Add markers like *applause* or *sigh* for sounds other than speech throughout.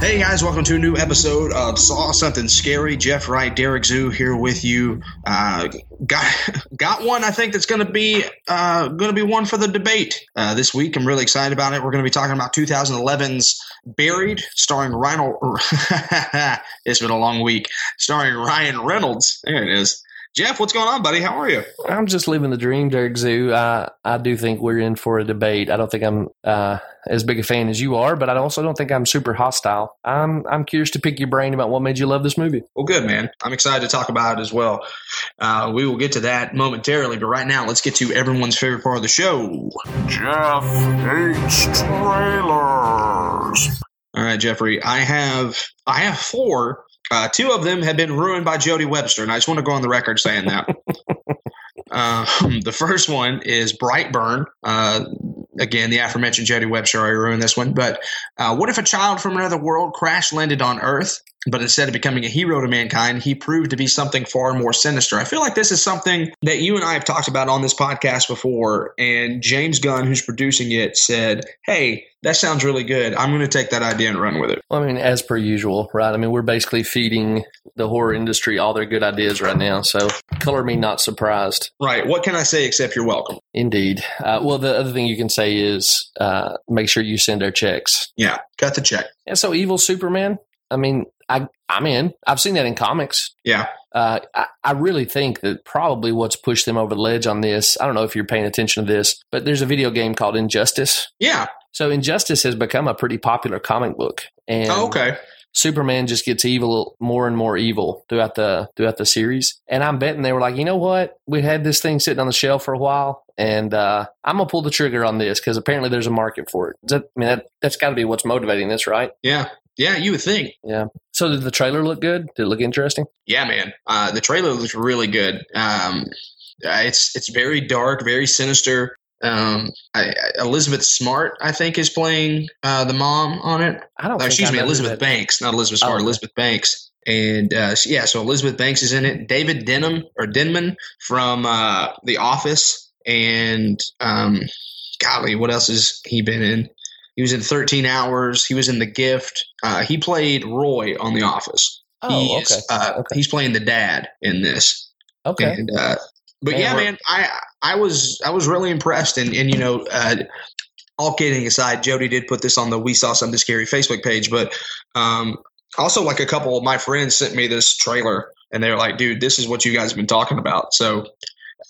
Hey guys, welcome to a new episode of Saw Something Scary. Jeff Wright, Derek Zoo here with you. Uh, got *laughs* got one I think that's going to be uh, going to be one for the debate uh, this week. I'm really excited about it. We're going to be talking about 2011's Buried, starring Ryan. *laughs* it's been a long week, starring Ryan Reynolds. There it is. Jeff, what's going on, buddy? How are you? I'm just living the dream, Derek Zoo. I I do think we're in for a debate. I don't think I'm uh, as big a fan as you are, but I also don't think I'm super hostile. I'm I'm curious to pick your brain about what made you love this movie. Well, good man. I'm excited to talk about it as well. Uh, we will get to that momentarily, but right now, let's get to everyone's favorite part of the show. Jeff hates trailers. All right, Jeffrey. I have I have four. Uh, two of them have been ruined by Jody Webster, and I just want to go on the record saying that. Um, the first one is Brightburn. Uh, again, the aforementioned Jody Webster already ruined this one. But uh, what if a child from another world crash landed on Earth, but instead of becoming a hero to mankind, he proved to be something far more sinister? I feel like this is something that you and I have talked about on this podcast before. And James Gunn, who's producing it, said, Hey, that sounds really good. I'm going to take that idea and run with it. Well, I mean, as per usual, right? I mean, we're basically feeding the horror industry all their good ideas right now. So, color me not surprised. Right. What can I say except you're welcome? Indeed. Uh, well, the other thing you can say is uh, make sure you send our checks. Yeah. Cut the check. And so, evil Superman. I mean, I I'm in. I've seen that in comics. Yeah. Uh, I, I really think that probably what's pushed them over the ledge on this. I don't know if you're paying attention to this, but there's a video game called Injustice. Yeah. So Injustice has become a pretty popular comic book, and Oh, okay. Superman just gets evil more and more evil throughout the throughout the series. And I'm betting they were like, you know what? We had this thing sitting on the shelf for a while, and uh, I'm gonna pull the trigger on this because apparently there's a market for it. Is that, I mean, that, that's got to be what's motivating this, right? Yeah. Yeah, you would think. Yeah. So did the trailer look good? Did it look interesting? yeah, man, uh, the trailer looks really good. Um, uh, it's it's very dark, very sinister. Um, I, I- Elizabeth Smart, I think, is playing uh, the mom on it. I don't. Oh, think excuse I me, know who Elizabeth that- Banks, not Elizabeth Oh, Smart, okay. Elizabeth Banks. And uh, so- yeah, so Elizabeth Banks is in it. David Denham or Denman from uh, The Office, and um, golly, what else has he been in? He was in 13 Hours. He was in The Gift. Uh, he played Roy on The Office. He Oh, is, okay. uh, Okay. He's playing the dad in this. Okay. And, uh, but Man, yeah, we're- man, I I was I was really impressed, and and you know, uh, all kidding aside, Jody did put this on the We Saw Something Scary Facebook page, but um, also like a couple of my friends sent me this trailer, and they were like, "Dude, this is what you guys have been talking about." So,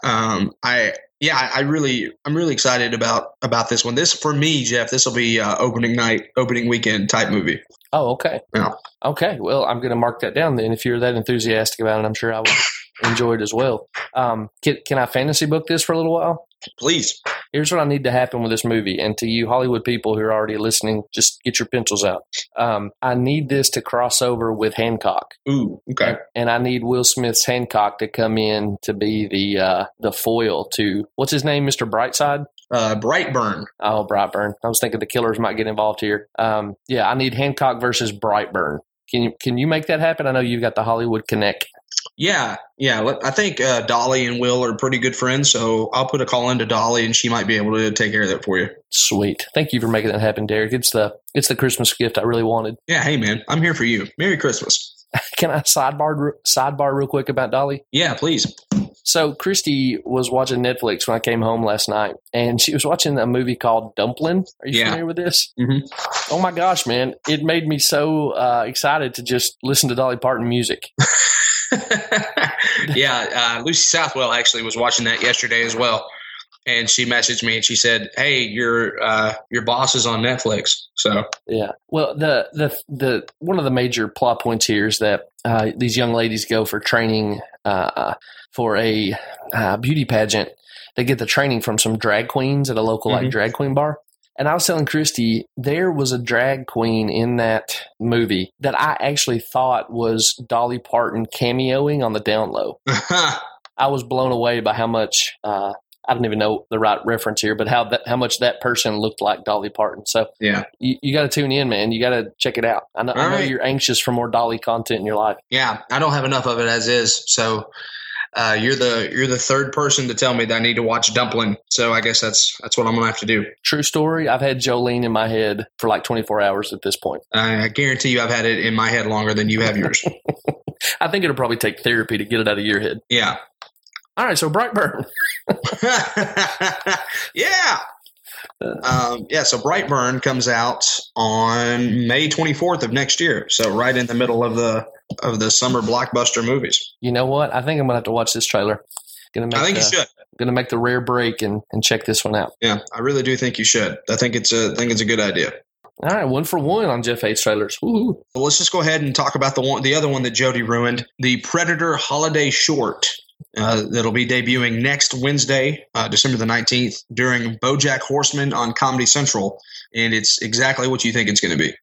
um, I yeah, I, I really I'm really excited about about this one. This for me, Jeff, this will be uh, opening night, opening weekend type movie. Oh, okay. Yeah. Okay. Well, I'm going to mark that down then. If you're that enthusiastic about it, I'm sure *laughs* I would enjoy it as well. Um, can, can I fantasy book this for a little while? Please, Here's what I need to happen with this movie, and to you Hollywood people who are already listening, just get your pencils out. Um, I need this to cross over with Hancock, ooh, okay, and I need Will Smith's Hancock to come in to be the uh, the foil to what's his name, Mr. Brightside. uh, Brightburn. Oh, Brightburn. I was thinking the killers might get involved here. Um, yeah, I need Hancock versus Brightburn. Can you can you make that happen? I know you've got the Hollywood Connect. Yeah, yeah. let- I think uh, Dolly and Will are pretty good friends, so I'll put a call into Dolly, and she might be able to take care of that for you. Sweet. Thank you for making that happen, Derek. It's the it's the Christmas gift I really wanted. Yeah, hey man, I'm here for you. Merry Christmas. Can I sidebar sidebar real quick about Dolly? Yeah, please. *laughs* So Christy was watching Netflix when I came home last night, and she was watching a movie called Dumpling. Are you Yeah. familiar with this? Mhm. Oh my gosh, man! It made me so uh, excited to just listen to Dolly Parton music. yeah, uh, Lucy Southwell actually was watching that yesterday as well, and she messaged me and she said, "Hey, your uh, your boss is on Netflix." So *laughs* Yeah. Well, the the the one of the major plot points here is that uh, these young ladies go for training uh, for a uh, beauty pageant. They get the training from some drag queens at a local like Mhm. drag queen bar. And I was telling Christy there was a drag queen in that movie that I actually thought was Dolly Parton cameoing on the down low. I was blown away by how much uh, I don't even know the right reference here, but how that how much that person looked like Dolly Parton. So yeah, you, you got to tune in, man. You got to check it out. I know, I All know right. you're anxious for more Dolly content in your life. yeah, I don't have enough of it as is, so uh, you're the you're the third person to tell me that I need to watch Dumpling. So I guess that's that's what I'm gonna have to do. True story. I've had Jolene in my head for like 24 hours at this point. I, I guarantee you, I've had it in my head longer than you have yours. I think it'll probably take therapy to get it out of your head. yeah, *laughs* All right, so Brightburn. yeah. Um, yeah, so Brightburn comes out on May 24th of next year, so right in the middle of the of the summer blockbuster movies. You know what? I think I'm gonna have to watch this trailer. Gonna make I think the, you should. gonna make the rare break and, and check this one out. Yeah, I really do think you should. I think it's a I think it's a good idea. All right, one for one on Jeff H. trailers. Woo-hoo. Well, let's just go ahead and talk about the one, the other one that Jody ruined, the Predator Holiday Short. Uh, that'll be debuting next Wednesday, uh, December the nineteenth, during BoJack Horseman on Comedy Central, and it's exactly what you think it's going to be. *laughs*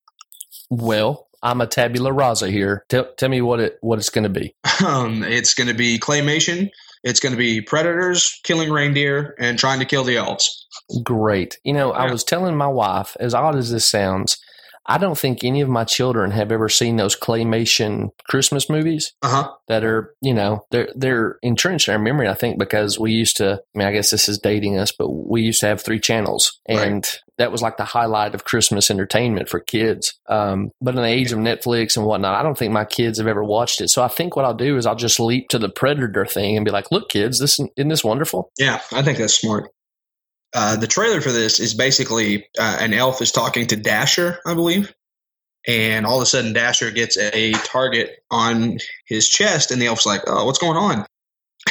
Well, I'm a tabula rasa here. Tell, tell me what it what it's gonna be. Um, it's going to be claymation. It's going to be predators killing reindeer and trying to kill the elves. Great. You know, I Yeah. was telling my wife, as odd as this sounds, I don't think any of my children have ever seen those claymation Christmas movies Uh huh. that are, you know, they're they're entrenched in our memory, I think, because we used to I mean, I guess this is dating us, but we used to have three channels and that was like the highlight of Christmas entertainment for kids. Um, but in the age of Netflix and whatnot, I don't think my kids have ever watched it. So I think what I'll do is I'll just leap to the predator thing and be like, look, kids, this isn't this wonderful? Yeah, I think that's smart. Uh, the trailer for this is basically uh, an elf is talking to Dasher, I believe, and all of a sudden Dasher gets a target on his chest, and the elf's like, "Oh, what's going on?" *laughs*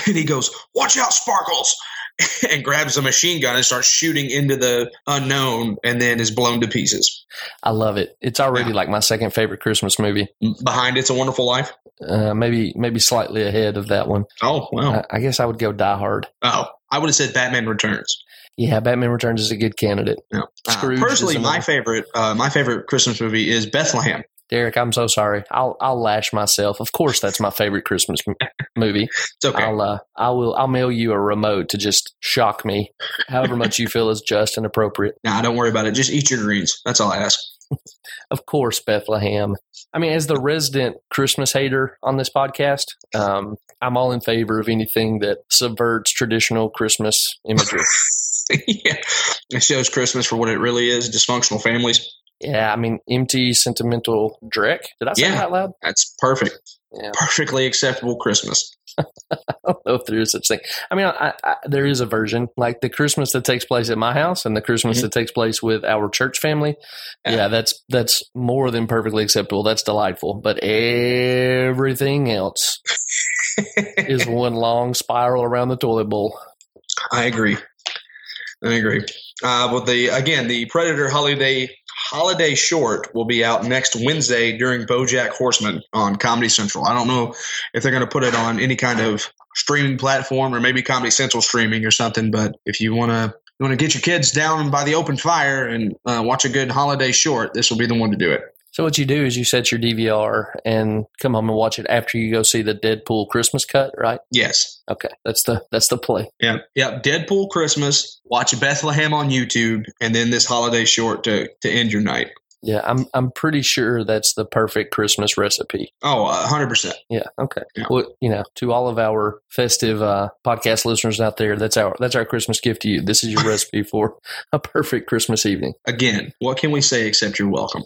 And he goes, "Watch out, Sparkles!" *laughs* and grabs a machine gun and starts shooting into the unknown, and then is blown to pieces. I love it. It's already like my second favorite Christmas movie. Behind it's a Wonderful Life. Uh, maybe maybe slightly ahead of that one. Oh wow! I, I guess I would go Die Hard. Oh, I would have said Batman Returns. Yeah, Batman Returns is a good candidate. No. Scrooge is personally, my another- favorite, uh, my favorite Christmas movie is Bethlehem. Derek, I'm so sorry. I'll I'll lash myself. Of course, that's my favorite Christmas m- movie. It's *laughs* okay. I'll uh, I will I'll mail you a remote to just shock me, however much you feel is just and appropriate. nah, don't worry about it. Just eat your greens. That's all I ask. *laughs* Of course, Bethlehem. I mean, as the resident Christmas hater on this podcast, um, I'm all in favor of anything that subverts traditional Christmas *laughs* imagery. yeah, it shows Christmas for what it really is—dysfunctional families. Yeah, I mean, empty, sentimental dreck. Did I say Yeah. that out loud? That's perfect. Yeah. Perfectly acceptable Christmas. I don't know Oh, if there is such thing. I mean, I, I, there is a version like the Christmas that takes place at my house and the Christmas Mhm. that takes place with our church family. Yeah. Yeah, that's that's more than perfectly acceptable. That's delightful. But everything else is one long spiral around the toilet bowl. I agree. I agree. Uh, but the again, the Predator holiday holiday short will be out next Wednesday during BoJack Horseman on Comedy Central. I don't know if they're going to put it on any kind of streaming platform or maybe Comedy Central streaming or something. But if you want to you want to get your kids down by the open fire and uh, watch a good holiday short, this will be the one to do it. So what you do is you set your DVR and come home and watch it after you go see the Deadpool Christmas cut, right? Yes. Okay, that's the that's the play. Yeah. Yeah. Deadpool Christmas. Watch Bethlehem on YouTube, and then this holiday short to to end your night. Yeah, I'm I'm pretty sure that's the perfect Christmas recipe. Oh, hundred percent. Yeah. Okay. Yeah. Well, you know, to all of our festive uh, podcast listeners out there, that's our that's our Christmas gift to you. This *laughs* is your recipe for a perfect Christmas evening. Again, what can we say except you're welcome?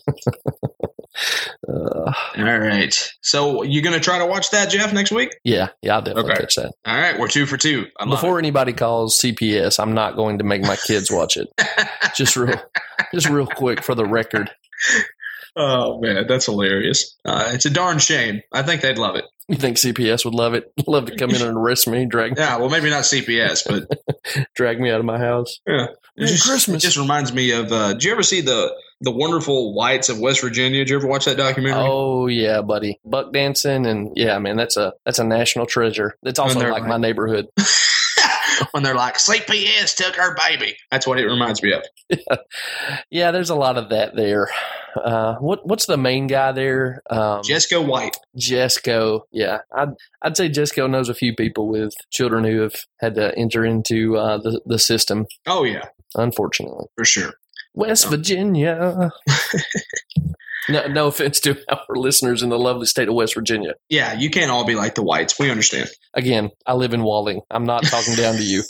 Uh, All right. So you gonna try to watch that, Jeff, next week? yeah, yeah, I'll definitely Okay. catch that. All right, we're two for two. I love Before anybody calls CPS, I'm not going to make my kids *laughs* watch it. it. Just real, just real quick for the record. oh man, that's hilarious. Uh, it's a darn shame. I think they'd love it. You think CPS would love it? *laughs* Love to come in and arrest me, drag Yeah, well, maybe not CPS, *laughs* but drag me out of my house. it Merry just, Christmas. It just reminds me of. Uh, did you ever see the the wonderful whites of West Virginia? Did you ever watch that documentary? Oh yeah, buddy, buck dancing and yeah, man, that's a that's a national treasure. That's also they're like like- my neighborhood. *laughs* when they're like, CPS took our baby. That's what it reminds me of. Yeah, there's a lot of that there. Uh, what what's the main guy there? Um, Jessica White. Jesco. Yeah, I'd I'd say Jesco knows a few people with children who have had to enter into uh, the the system. Oh yeah, Unfortunately, for sure. West Oh. Virginia. No, no offense to our listeners in the lovely state of West Virginia. Yeah, you can't all be like the whites. We understand. Again, I live in Walling. I'm not talking down to you.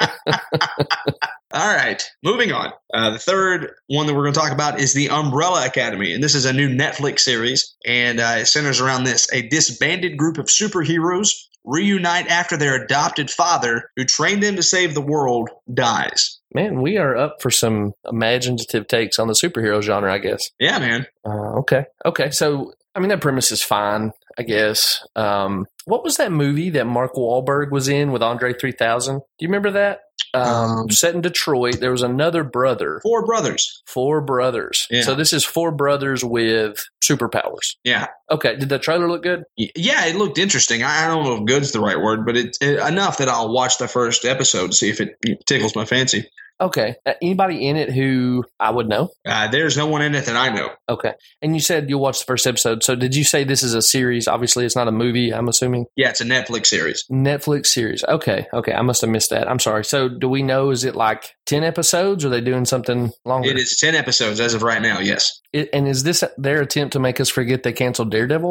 *laughs* All right, moving on. Uh, the third one that we're going to talk about is the Umbrella Academy, and this is a new Netflix series, and uh, it centers around this: a disbanded group of superheroes reunite after their adopted father, who trained them to save the world, dies. Man, we are up for some imaginative takes on the superhero genre, I guess. Yeah, man. Uh, okay. Okay. So, I mean, that premise is fine, I guess. Um, what was that movie that Mark Wahlberg was in with Andre 3000? Do you remember that? Um, Um, set in Detroit, there was another brother, Four brothers. four brothers. Yeah. So, this is four brothers with superpowers. Yeah, Okay. Did the trailer look good? Y- yeah. It looked interesting. I I don't know if "good's" the right word, but it's it, enough that I'll watch the first episode to see if it tickles my fancy. Okay. Uh, anybody in it who I would know? Uh, there's no one in it that I know. Okay. And you said you'll watch the first episode. So, did you say this is a series? Obviously, it's not a movie, I'm assuming. Yeah, it's a Netflix series. Netflix series. Okay, okay. I must have missed that. I'm sorry. So, do we know? Is it like ten episodes? Or are they doing something longer? It is ten episodes as of right now. Yes, I- and is this their attempt to make us forget they canceled Daredevil?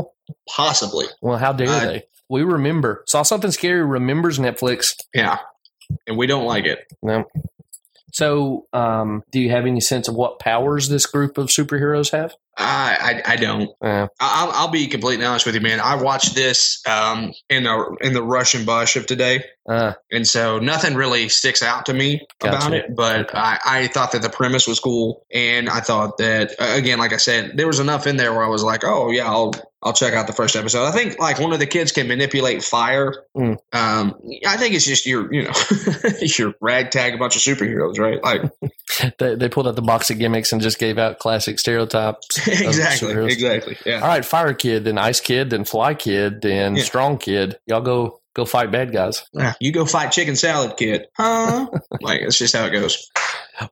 possibly. Well, how dare I- they? We remember. Saw something scary. Remembers Netflix. Yeah, and we don't like it. No. So, um, do you have any sense of what powers this group of superheroes have? I I, I don't. Uh, I, I'll, I'll be completely honest with you, man. I watched this um, in the in the Russian bush of today, uh, and so nothing really sticks out to me about Gotcha. it. But I, I thought that the premise was cool, and I thought that uh, again, like I said, there was enough in there where I was like, oh yeah, I'll I'll check out the first episode. I think like one of the kids can manipulate fire. Mm. Um, I think it's just your you know *laughs* your ragtag bunch of superheroes, right? Like they, they pulled out the box of gimmicks and just gave out classic stereotypes. *laughs* of exactly, *laughs* superheroes. exactly, yeah. All right, Fire Kid, then Ice Kid, then Fly Kid, then Yeah. Strong Kid. Y'all go go fight bad guys. Yeah, You go fight chicken salad kid, huh? *laughs* like it's just how it goes.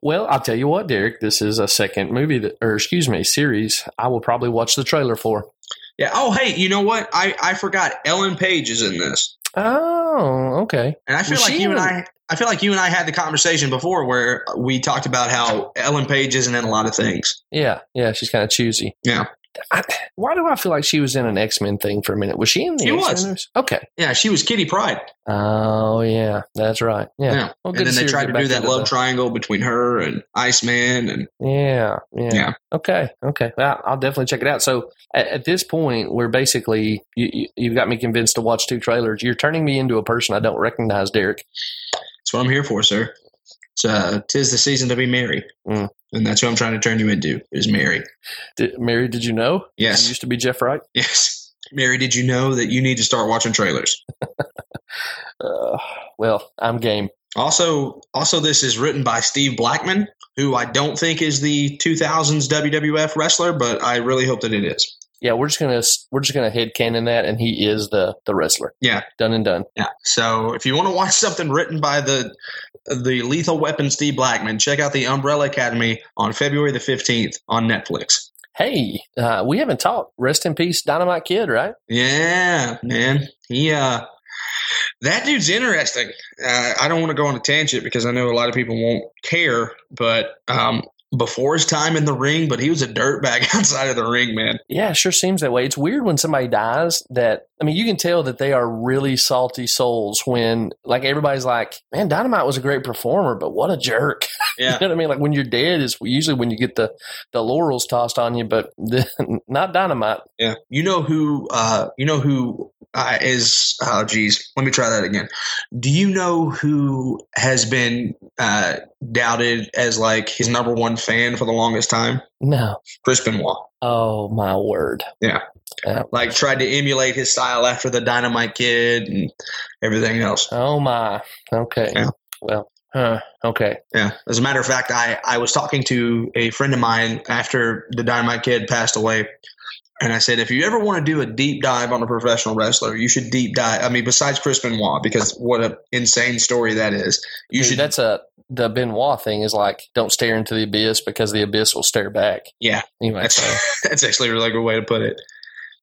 Well, I'll tell you what, Derek. This is a second movie that, or excuse me, series. I will probably watch the trailer for. Yeah. Oh, hey, you know what? I I forgot Ellen Page is in this, Oh, okay. and I feel Was like she you and in- I. I feel like you and I had the conversation before where we talked about how Ellen Page isn't in a lot of things. Yeah, yeah. She's kind of choosy. Yeah. I, why do I feel like she was in an X Men thing for a minute? Was she in the She X Men? was. Okay. Yeah, she was Kitty Pride. Oh yeah, that's right. Yeah. Yeah. Well, and then see they her tried get to back do that into love the- triangle between her and Iceman, and Yeah, yeah. Yeah. Okay. Okay. Well, I'll definitely check it out. So at, at this point, we're basically you, you, you've got me convinced to watch two trailers. You're turning me into a person I don't recognize, Derek. that's what I'm here for, sir. It's uh, tis the season to be merry, Mm. and that's what I'm trying to turn you into is merry. Did, Mary, did you know? Yes. You used to be Jeff Wright. Yes, Mary. Did you know that you need to start watching trailers? Uh, well, I'm game. Also, also, this is written by Steve Blackman, who I don't think is the 2000s WWF wrestler, but I really hope that it is. Yeah, we're just gonna we're just gonna head canon that, and he is the the wrestler. Yeah. done and done. Yeah. So, if you want to watch something written by the the Lethal Weapon Steve Blackman, check out the Umbrella Academy on February the 15th on Netflix. Hey, uh, we haven't talked. Rest in peace, Dynamite Kid. Right? Yeah, man. He uh, that dude's interesting. Uh, I don't want to go on a tangent because I know a lot of people won't care, but um, before his time in the ring, but he was a dirtbag *laughs* outside of the ring, man. Yeah, it sure seems that way. It's weird when somebody dies that I mean, you can tell that they are really salty souls when like everybody's like, "Man, Dynamite was a great performer, but what a jerk." *laughs* Yeah. you know what I mean? Like when you're dead is usually when you get the the laurels tossed on you, but *laughs* not Dynamite. Yeah. You know who uh you know who uh, is oh geez, let me try that again. Do you know who has been uh doubted as like his number one fan for the longest time? No. Chris Benoit. Oh my word. Like tried to emulate his style after the Dynamite Kid and everything else. Oh my. Okay. Yeah. Well. Huh. Okay. Yeah. As a matter of fact, I I was talking to a friend of mine after the Dynamite Kid passed away. And I said, if you ever want to do a deep dive on a professional wrestler, you should deep dive. I mean, besides Chris Benoit, because what an insane story that is. You Dude, should. *laughs* that's a the Benoit thing is like don't stare into the abyss because the abyss will stare back. Yeah. Anyway. That's, so- that's actually a really good way to put it.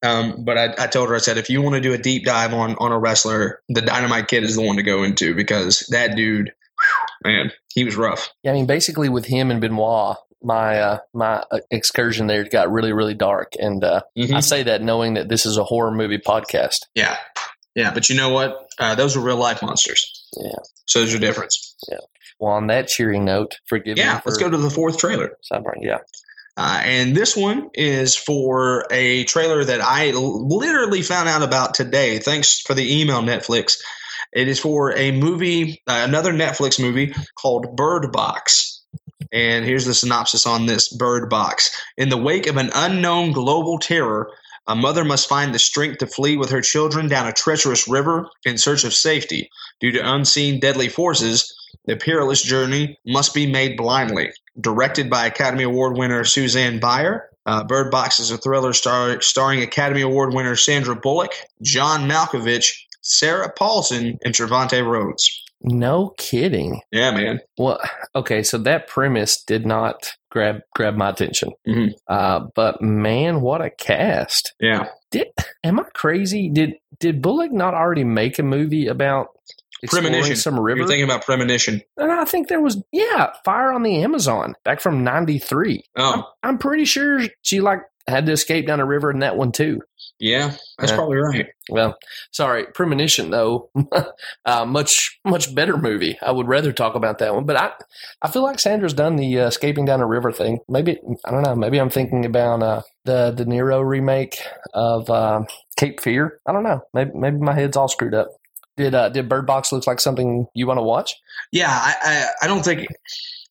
Um, but I, I told her, I said, if you want to do a deep dive on on a wrestler, the Dynamite Kid is the one to go into because that dude, whew, man, he was rough. Yeah, I mean, basically with him and Benoit, my uh, my uh, excursion there got really really dark, and uh, Mhm. I say that knowing that this is a horror movie podcast. Yeah. Yeah. But you know what? Uh, those are real life monsters. Yeah. So there's a difference. Well, on that cheery note, forgive Yeah. me for Let's go to the fourth trailer. sidebar. Yeah, Uh, and this one is for a trailer that I l- literally found out about today. Thanks for the email, Netflix. It is for a movie, uh, another Netflix movie called Bird Box. And here's the synopsis on this Bird Box. In the wake of an unknown global terror, a mother must find the strength to flee with her children down a treacherous river in search of safety. Due to unseen deadly forces, the perilous journey must be made blindly directed by Academy Award winner Suzanne Bayer. Uh, Bird Box is a thriller star- starring Academy Award winner Sandra Bullock, John Malkovich, Sarah Paulson, and Trevante Rhodes. no kidding. Yeah, man. Well, okay, so that premise did not grab grab my attention. Mhm. Uh, but man, what a cast! Yeah. Am I crazy? Did did Bullock not already make a movie about exploring Premonition. some river? You're thinking about premonition. and I think there was yeah, Fire on the Amazon back from '93. I'm, Oh, I'm pretty sure she like had to escape down a river in that one too. yeah. That's Yeah. probably right. Well, sorry, premonition though, *laughs* uh, much much better movie. I would rather talk about that one, but I I feel like Sandra's done the uh, escaping down a river thing. Maybe I don't know. Maybe I'm thinking about uh, the De Niro remake of um Cape Fear. I don't know. Maybe maybe my head's all screwed up. Did uh, did Bird Box look like something you want to watch? Yeah, I, I, I don't think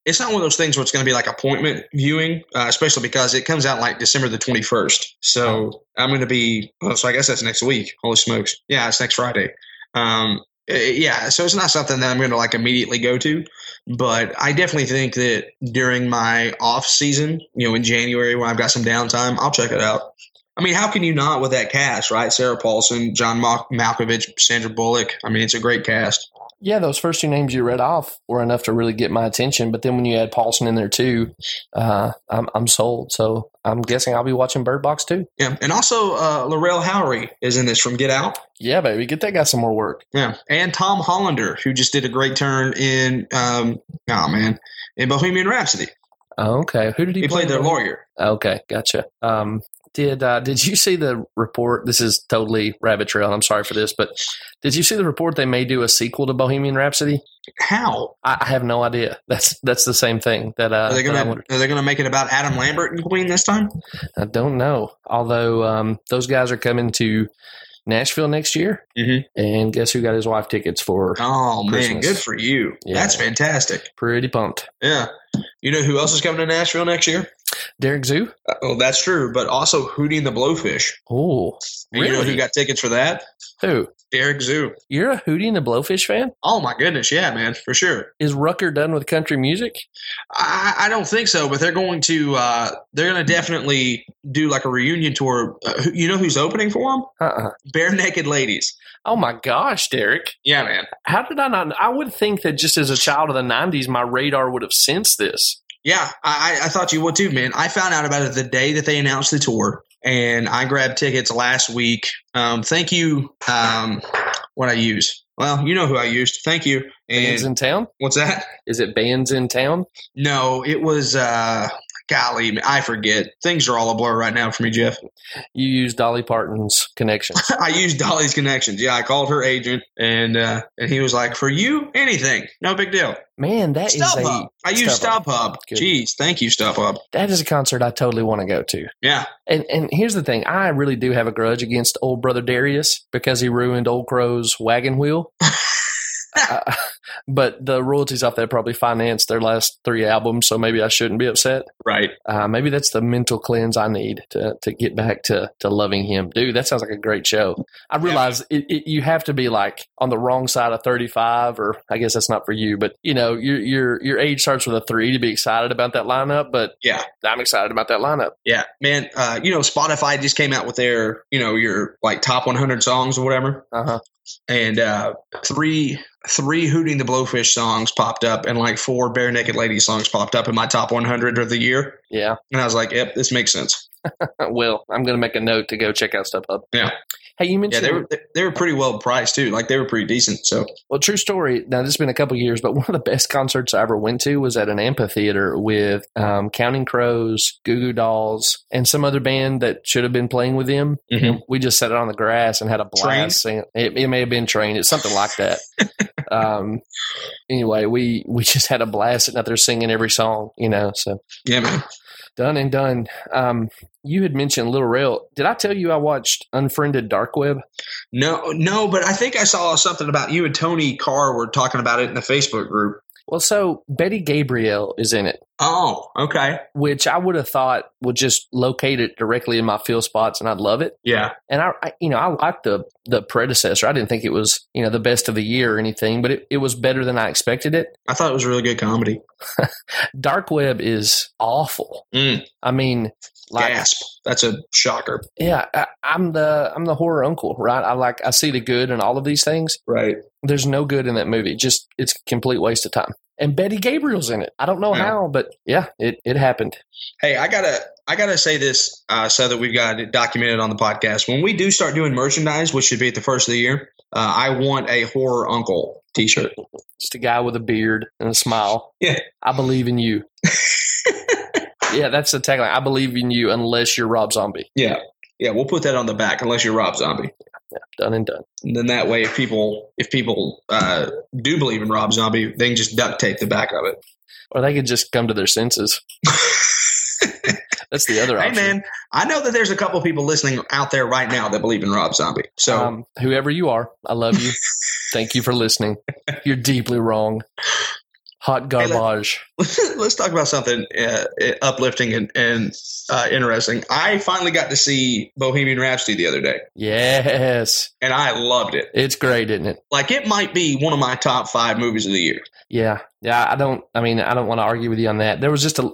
it's not one of those things where it's going to be like appointment viewing, uh, especially because it comes out like December the 21st. So I'm going to be, well, so I guess that's next week. Holy smokes. Yeah, it's next Friday. Um, eh, yeah, so it's not something that I'm going to like immediately go to, but I definitely think that during my off season, you know, in January when I've got some downtime, I'll check it out. I mean, how can you not with that cast, right? Sarah Paulson, John Mal- Malkovich, Sandra Bullock. I mean, it's a great cast. Yeah, those first two names you read off were enough to really get my attention. But then when you add Paulson in there too, uh, I'm I'm sold. So I'm guessing I'll be watching Bird Box too. Yeah, and also uh, Laurel Howery is in this from Get Out. Yeah, baby, get that guy some more work. Yeah, and Tom Hollander, who just did a great turn in, um, oh man, in Bohemian Rhapsody. Oh, Okay, who did he, He play? played their lawyer. Okay, gotcha. Um, did uh, did you see the report? This is totally rabbit trail. and I'm sorry for this, but did you see the report? They may do a sequel to Bohemian Rhapsody. How I, I have no idea. That's that's the same thing that, uh, are they that I going would- to are they going to make it about Adam Lambert and Queen this time? I don't know. Although um, those guys are coming to Nashville next year, Mhm. and guess who got his wife tickets for? Oh man, Christmas. good for you. Yeah. That's fantastic. Pretty pumped. Yeah, you know who else is coming to Nashville next year? Derek Zoo. Uh, Oh, that's true. But also Hootie and the Blowfish. Oh, And You know Really? who got tickets for that? who? Derek Zoo. You're a Hootie and the Blowfish fan? Oh my goodness, yeah, man, for sure. Is Rucker done with country music? I, I don't think so, but they're going to uh, they're going to definitely do like a reunion tour. Uh, who- you know who's opening for them? Uh-uh. Bare Naked Ladies. Oh my gosh, Derek. Yeah, man. How did I not? I would think that just as a child of the 90s, my radar would have sensed this. Yeah, I, I- I thought you would too, man. I found out about it the day that they announced the tour, and I grabbed tickets last week. Um, thank you. Um, what I use? Well, you know who I used. Thank you. Bands And in town? what's that? Is it bands in town? No, it was. Uh, golly, I forget. Things are all a blur right now for me, Jeff. You use Dolly Parton's connection. I used Dolly's connections. Yeah, I called her agent, and uh, and he was like, "For you, anything, no big deal." Man, that is StubHub. a I use StubHub. StubHub. Good. Jeez, thank you, StubHub. that is a concert I totally want to go to. Yeah, And and here's the thing, I really do have a grudge against old brother Darius because he ruined old Crow's wagon wheel. Uh, but the royalties off that probably financed their last three albums, so maybe I shouldn't be upset. right. Uh, maybe that's the mental cleanse I need to to get back to to loving him, dude. That sounds like a great show. I realize it, it, you have to be like on the wrong side of thirty five, or I guess that's not for you, but you know your your your age starts with a three to be excited about that lineup. But Yeah. I'm excited about that lineup. Yeah, man. Uh, you know, Spotify just came out with their, you know, your like top 100 songs or whatever, Uh huh. and uh, three three Hooting the Blowfish songs popped up, and like four Bare Naked Ladies songs popped up in my top 100 of the year, Yeah. and I was like, "Yep, this makes sense." Well, I'm gonna make a note to go check out StubHub. Yeah. Hey, you Yeah, mentioned they were they were pretty well priced too. Like they were pretty decent. So Well, true story. Now, this has been a couple years, but *laughs* one of the best concerts I ever went to was at an amphitheater with um, Counting Crows, Goo Goo Dolls, and some other band that should have been playing with them. Mhm. And we just sat it on the grass and had a blast. singing. It, it may have been Train. It's something like that. um, anyway, we, we just had a blast sitting out there singing every song, you know, so yeah, man. done and done. Um, you had mentioned Little Rail. Did I tell you I watched Unfriended Dark Web? No, no, but I think I saw something about you and Tony Carr were talking about it in the Facebook group. Well, so Betty Gabriel is in it. Oh, okay. which I would have thought would just locate it directly in my feel spots, and I'd love it. Yeah. And I, I you know, I liked the the predecessor. I didn't think it was you know the best of the year or anything, but it, it was better than I expected it. I thought it was a really good comedy. Dark Web is awful. Mm, I mean, like. gasp. That's a shocker. Yeah, I, I'm the I'm the horror uncle, right? I like I see the good in all of these things. Right. There's no good in that movie. Just it's a complete waste of time. And Betty Gabriel's in it. I don't know Yeah. how, but yeah, it it happened. Hey, I gotta I gotta say this uh, so that we've got it documented on the podcast. When we do start doing merchandise, which should be at the first of the year, uh, I want a horror uncle t shirt. Just a guy with a beard and a smile. Yeah. I believe *laughs* in you. yeah, that's the tagline. I believe in you unless you're Rob Zombie. Yeah. Yeah, we'll put that on the back unless you're Rob Zombie. Done and done. And then that way if people if people uh, do believe in Rob Zombie, they can just duct tape the back of it. Or they could just come to *laughs* their senses. That's the other Hey option. man, I know that there's a couple people listening out there right now that believe in Rob Zombie. So Um, whoever you are, I *laughs* love you. Thank you for listening. You're deeply wrong. Hot let- garbage. *laughs* let's talk about something uh, uplifting and, and uh, interesting. I finally got to see Bohemian Rhapsody the other day, yes. and I loved it. It's great, isn't it? Like it might be one of my top five movies of the year. Yeah, yeah. I don't. I mean, I don't want to argue with you on that. There was just a.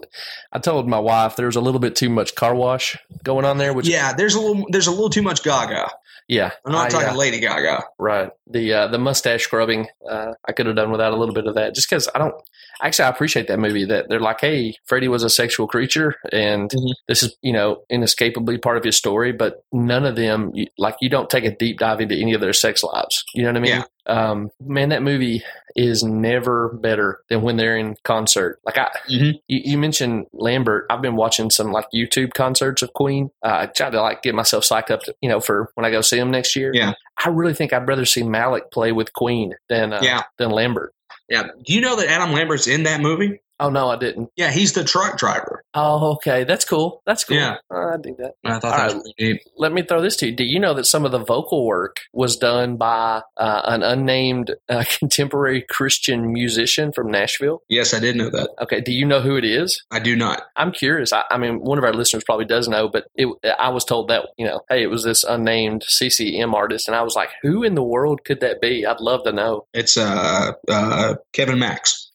I told my wife there was a little bit too much car wash going on there. Which yeah, there's a little there's a little too much Gaga. yeah. I'm not I, talking uh, Lady Gaga. right. The uh, the mustache scrubbing. Uh, I could have done without a little bit of that, just because I don't. Actually, I appreciate that movie. That they're like, hey, Freddy was a sexual creature, and Mhm. this is you know inescapably part of his story. But none of them, you- like, you don't take a deep dive into any of their sex lives. You know what I mean? Yeah. Um, man, that movie is never better than when they're in concert. Like I, Mhm. you, you mentioned Lambert. I've been watching some like YouTube concerts of Queen. Uh, I try to like get myself psyched up, to, you know, for when I go see them next year. Yeah. I really think I'd rather see Malik play with Queen than uh, Yeah. than Lambert. Yeah, do you know that Adam Lambert's in that movie? Oh no, I didn't. Yeah, he's the truck driver. Oh, okay, that's cool. That's cool. Yeah. Oh, I dig that. I thought All that right. was really neat. Let me throw this to you. Do you know that some of the vocal work was done by uh, an unnamed uh, *laughs* contemporary Christian musician from Nashville? Yes, I did know that. Okay, do you know who it is? I do not. I'm curious. I, I mean, one of our listeners probably does know, but it, I was told that you know, hey, it was this unnamed CCM artist, and I was like, who in the world could that be? I'd love to know. It's uh, uh, Kevin Max.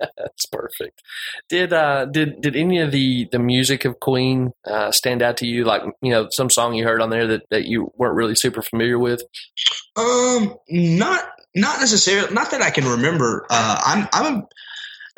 That's perfect. Did uh, did did any of the the music of Queen uh, stand out to you? Like you know, some song you heard on there that that you weren't really super familiar with? Um, not not necessarily. Not that I can remember. Uh, I'm I'm a,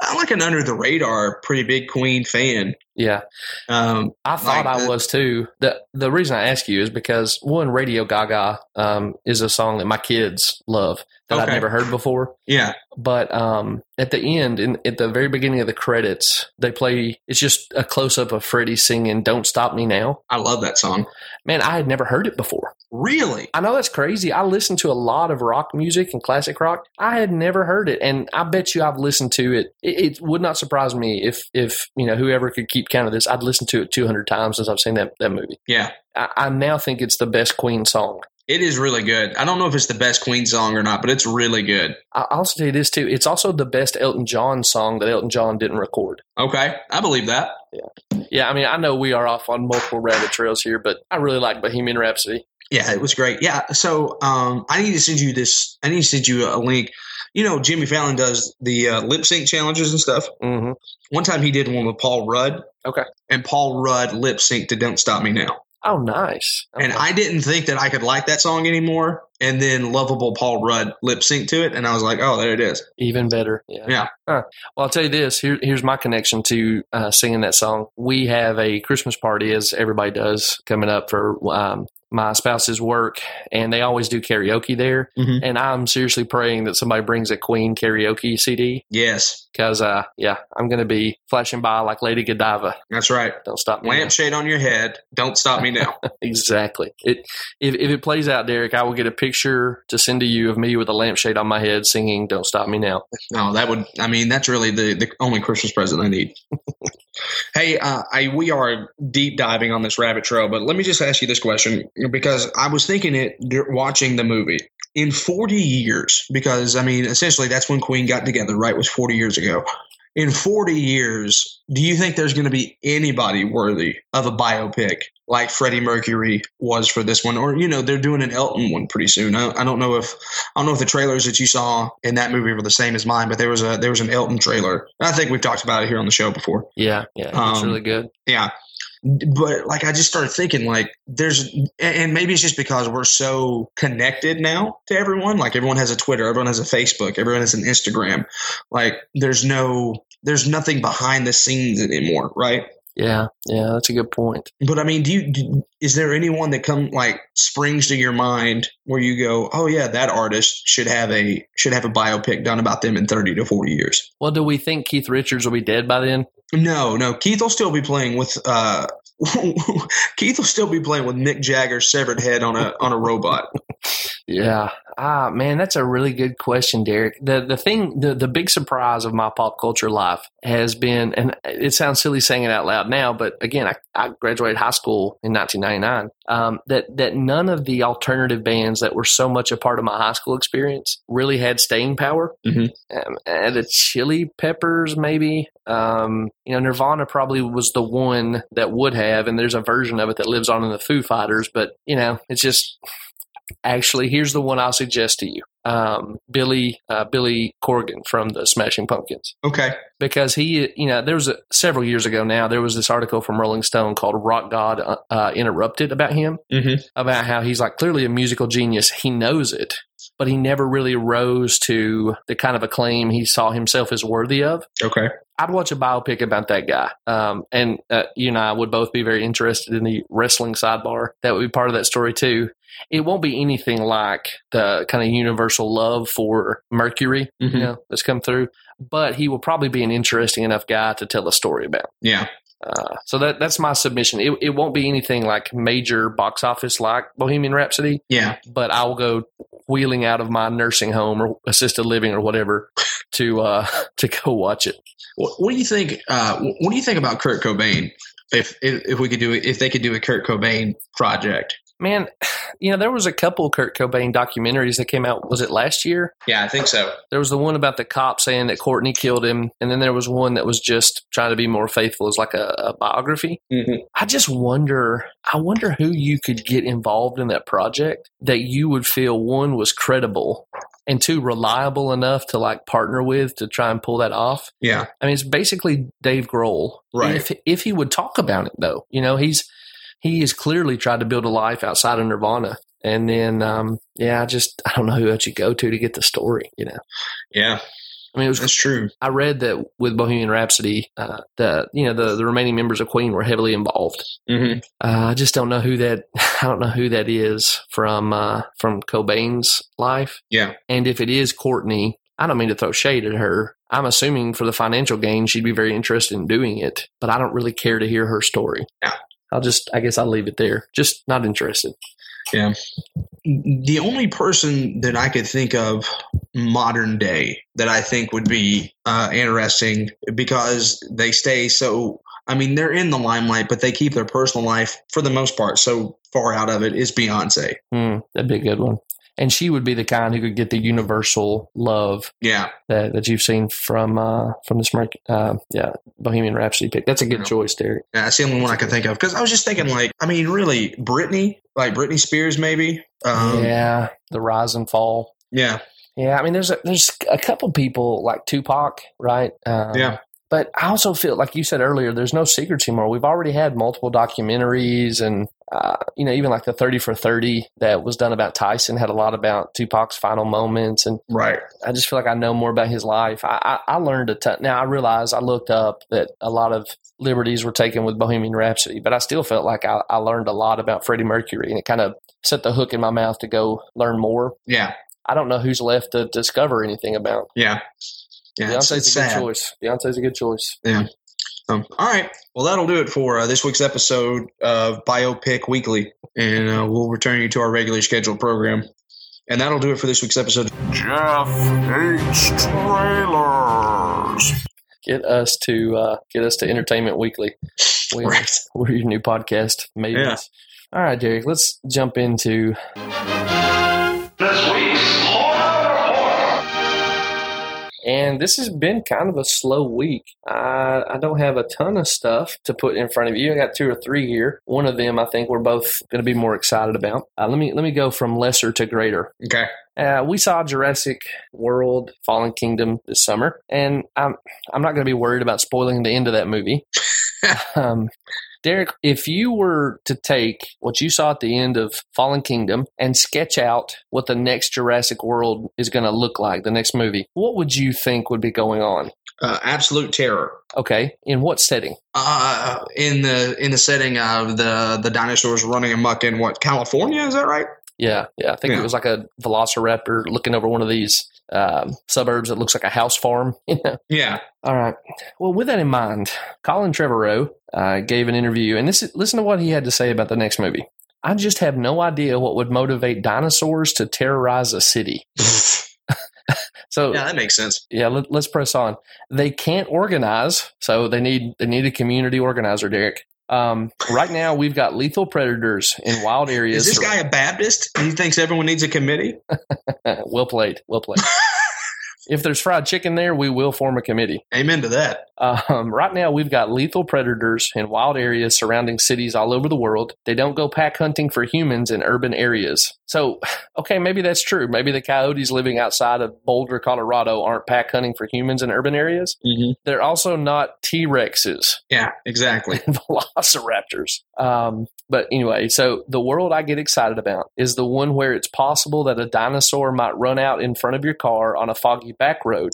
I'm like an under the radar, pretty big Queen fan. Yeah, Um, I thought Like I the- was too. The the reason I ask you is because one, Radio Gaga um, is a song that my kids love that I've Okay. never heard before. yeah, but um, at the end, in, at the very beginning of the credits, they play. It's just a close up of Freddie singing "Don't Stop Me Now." I love that song. Man, I had never heard it before. Really? I know that's crazy. I listen to a lot of rock music and classic rock. I had never heard it, and I bet you I've listened to it. It, it would not surprise me if if you know whoever could keep count of this. I'd listened to it two hundred times since I've seen that that movie. Yeah, I, I now think it's the best Queen song. it is really good. I don't know if it's the best Queen song or not, but it's really good. I I'll also tell you this too. It's also the best Elton John song that Elton John didn't record. Okay, I believe that. Yeah, I mean, I know we are off on multiple rabbit trails here, but I really like Bohemian Rhapsody. Yeah, it was great. Yeah, so um, I need to send you this. I need to send you a link. You know, Jimmy Fallon does the uh, lip sync challenges and stuff. Mm-hmm. One time he did one with Paul Rudd. Okay. And Paul Rudd lip synced to "Don't Stop Me Now." Oh, nice. And I didn't think that I could like that song anymore. And then lovable Paul Rudd lip synced to it, and I was like, "Oh, there it is." even better. Yeah. Yeah. Huh. Well, I'll tell you this. Here, here's my connection to uh, singing that song. We have a Christmas party, as everybody does, coming up for um, my spouse's work, and they always do karaoke there. Mhm. And I'm seriously praying that somebody brings a Queen karaoke CD Yes, because, uh, yeah, I'm going to be flashing by like Lady Godiva. that's right. Don't stop me. now. Lampshade on your head. Don't stop me now. Exactly. It if, if it plays out, Derek, I will get a picture to send to you of me with a lampshade on my head singing "Don't Stop Me Now." No, that would. I mean, that's really the, the only Christmas present I need. *laughs* hey, uh, I we are deep diving on this rabbit trail, but let me just ask you this question because I was thinking it dur- watching the movie in 40 years. Because I mean, essentially, that's when Queen got together. Right, was 40 years ago. In 40 years, do you think there's going to be anybody worthy of a biopic like Freddie Mercury was for this one? Or, you know, they're doing an Elton one pretty soon. I, I don't know if I don't know if the trailers that you saw in that movie were the same as mine, but there was a there was an Elton trailer. And I think we've talked about it here on the show before. Yeah, yeah, it's Um, really good. Yeah. But like I just started thinking like there's and- and maybe it's just because we're so connected now to everyone. Like everyone has a Twitter, everyone has a Facebook, everyone has an Instagram. Like there's no there's nothing behind the scenes anymore, right? Yeah, yeah, that's a good point. But I mean, do you do, is there anyone that come like springs to your mind where you go, "Oh yeah, that artist should have a should have a biopic done about them in 30 to 40 years." Well, do we think Keith Richards will be dead by then? No, no, Keith will still be playing with uh *laughs* Keith will still be playing with Mick Jagger's severed head on a on a robot. Yeah. Ah, man, that's a really good question, Derek. The the thing the, the big surprise of my pop culture life has been and it sounds silly saying it out loud now, but again, I, I graduated high school in nineteen ninety nine. Um, that that none of the alternative bands that were so much a part of my high school experience really had staying power. Mhm. Um, and the Chili Peppers, maybe. Um, you know, Nirvana probably was the one that would have, and there's a version of it that lives on in the Foo Fighters. But you know, it's just actually here's the one i'll suggest to you um, billy uh, billy corgan from the smashing pumpkins Okay. because he you know there was a, several years ago now there was this article from rolling stone called rock god uh, uh, interrupted about him Mhm. about how he's like clearly a musical genius he knows it but he never really rose to the kind of acclaim he saw himself as worthy of Okay. I'd watch a biopic about that guy. Um, and uh, you and I would both be very interested in the wrestling sidebar. That would be part of that story too. It won't be anything like the kind of universal love for Mercury, Mhm. you know, that's come through. But he will probably be an interesting enough guy to tell a story about. Yeah. Uh, so that that's my submission. It, it won't be anything like major box office like Bohemian Rhapsody, Yeah. but I will go wheeling out of my nursing home or assisted living or whatever to uh, *laughs* to go watch it. What, what do you think? Uh, what do you think about Kurt Cobain? If, if if we could do if they could do a Kurt Cobain project, Man, *sighs* you know, there was a couple Kurt Cobain documentaries that came out, was it last year? yeah, I think so. There was the one about the cop saying that Courtney killed him, and then there was one that was just trying to be more faithful as like a, a biography. Mhm. I just wonder, I wonder who you could get involved in that project that you would feel one was credible and two reliable enough to like partner with to try and pull that off. Yeah, I mean, it's basically Dave Grohl, Right. If if he would talk about it, though, you know, he's he has clearly tried to build a life outside of Nirvana, and then um, yeah, I just I don't know who else you go to to get the story. You know, yeah, I mean, it was that's true. I read that with Bohemian Rhapsody, uh, the you know the the remaining members of Queen were heavily involved. Mm-hmm. Uh, I just don't know who that *laughs* I don't know who that is from uh, from Cobain's life. Yeah. and if it is Courtney, I don't mean to throw shade at her. I'm assuming for the financial gain, she'd be very interested in doing it, but I don't really care to hear her story. Yeah. I'll just I guess I'll leave it there. Just not interested. The only person that I could think of modern day that I think would be uh, interesting because they stay so. I mean, they're in the limelight, but they keep their personal life for the most part so far out of it is Beyonce. Hmm, that'd be a good one. And she would be the kind who could get the universal love Yeah, that, that you've seen from uh, from this mark, uh, yeah, Bohemian Rhapsody pick. That's a good Yeah. choice, Derek. yeah, that's the only one I could think of because I was just thinking, like, I mean, really, Britney, like Britney Spears, maybe. Um, yeah, the rise and fall. yeah, Yeah, I mean, there's a, there's a couple people like Tupac, right? Um, Yeah. But I also feel like you said earlier, there's no secrets anymore. We've already had multiple documentaries and uh, you know, even like the 30 for 30 that was done about Tyson had a lot about Tupac's final moments. And Right. I just feel like I know more about his life. I, I, I learned a ton. Now I realize I looked up that a lot of liberties were taken with Bohemian Rhapsody, but I still felt like I, I learned a lot about Freddie Mercury and it kind of set the hook in my mouth to go learn more. Yeah. I don't know who's left to discover anything about. Yeah. Yeah. It's, Beyonce's it's a good sad. choice. Beyonce's a good choice. Um, all right. Well, that'll do it for uh, this week's episode of Biopic Weekly, and uh, we'll return you to our regular scheduled program. And that'll do it for this week's episode. Jeff hates trailers. Get us to uh, get us to Entertainment Weekly. We, Right. *laughs* We're your new podcast, maybe. Yeah. All right, Derek. Let's jump into This week's horror report. And this has been kind of a slow week. I, I don't have a ton of stuff to put in front of you. I got two or three here. One of them I think we're both going to be more excited about. Uh, let me let me go from lesser to greater. *laughs* Okay. Uh, we saw Jurassic World: Fallen Kingdom this summer, and I'm I'm not going to be worried about spoiling the end of that movie. um, Derek, if you were to take what you saw at the end of Fallen Kingdom and sketch out what the next Jurassic World is going to look like, the next movie, what would you think would be going on? Uh, absolute terror. Okay, in what setting? Uh, in the in the setting of the the dinosaurs running amok in what California is that right? Yeah, yeah. I think Yeah. it was like a velociraptor looking over one of these um, suburbs that looks like a house farm. You know? Yeah. All right. Well, with that in mind, Colin Trevorrow uh, gave an interview, and this is, listen to what he had to say about the next movie. I just have no idea what would motivate dinosaurs to terrorize a city. So *laughs* Yeah, that makes sense. yeah, let, let's press on. They can't organize, so they need they need a community organizer, Derek. Um, right now, we've got lethal predators in wild areas. Is this guy a Baptist? He thinks everyone needs a committee. uh, well played, *laughs* well played. if there's fried chicken there, we will form a committee. Amen to that. Um, right now, we've got lethal predators in wild areas surrounding cities all over the world. They don't go pack hunting for humans in urban areas. So, *sighs* okay, maybe that's true. Maybe the coyotes living outside of Boulder, Colorado, aren't pack hunting for humans in urban areas. Mm-hmm. They're also not T Rexes Yeah, *laughs* exactly. *laughs* and velociraptors. Um, but anyway, so the world I get excited about is the one where it's possible that a dinosaur might run out in front of your car on a foggy back road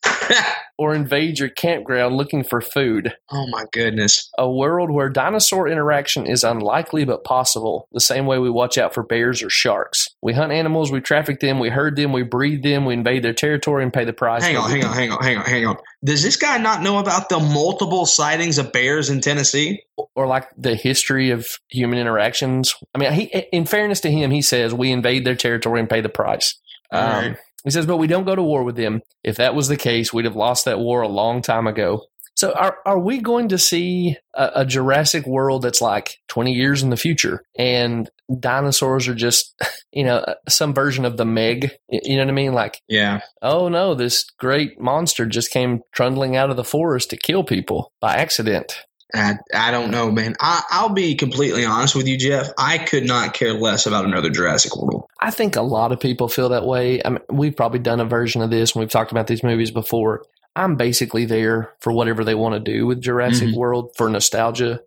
*laughs* or invade your campground looking for food. oh my goodness. A world where dinosaur interaction is unlikely but possible, the same way we watch out for bears or sharks. We hunt animals, we traffic them, we herd them, we breed them, we invade their territory and pay the price. Hang for on, the- hang on, hang on, hang on, hang on. Does this guy not know about the multiple sightings of bears in Tennessee? or like the history of human interactions. I mean, he, in fairness to him, he says we invade their territory and pay the price. Um, Alright. He says, but we don't go to war with them. If that was the case, we'd have lost that war a long time ago. So, are are we going to see a, a Jurassic World that's like twenty years in the future, and dinosaurs are just, *laughs* you know, uh, some version of the Meg? Y- You know what I mean? Like, Yeah. oh no, this great monster just came trundling out of the forest to kill people by accident. I, I don't know, man. I, I'll be completely honest with you, Jeff. I could not care less about another Jurassic World. I think a lot of people feel that way. I mean, we've probably done a version of this when we've talked about these movies before. I'm basically there for whatever they want to do with Jurassic Mhm. World for nostalgia.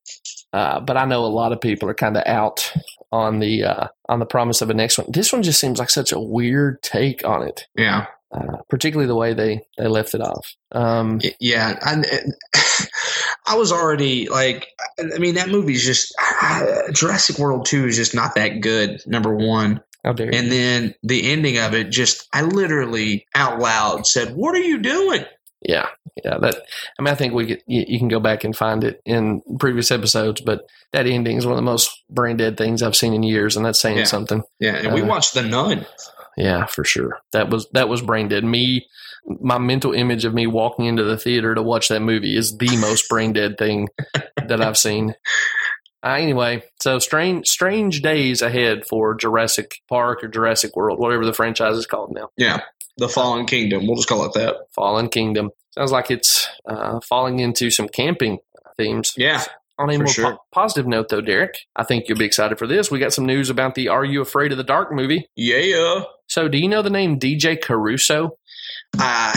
Uh, but I know a lot of people are kind of out on the uh, on the promise of a next one. This one just seems like such a weird take on it, Yeah. uh, particularly the way they they left it off. Um, Y- Yeah. I, *laughs* I was already like, I mean, that movie's just *sighs* Jurassic World 2 is just not that good, number one. how dare you? And then the ending of it just, I literally out loud said, What are you doing? Yeah, yeah. That I mean, I think we could, you, you can go back and find it in previous episodes, but that ending is one of the most brain dead things I've seen in years, and that's saying Yeah. something. Yeah. And we Uh, watched The Nun. Yeah, for sure. That was that was brain dead. Me, my mental image of me walking into the theater to watch that movie is the most brain dead thing that I've seen. Uh, anyway, so strange strange days ahead for Jurassic Park or Jurassic World, whatever the franchise is called now. Yeah. The Fallen Kingdom. We'll just call it that. Fallen Kingdom sounds like it's uh, falling into some camping themes. Yeah. On a For more po- sure. positive note, though, Derek, I think you'll be excited for this. We got some news about the Are You Afraid of the Dark movie. Yeah. So, do you know the name DJ Caruso? Uh,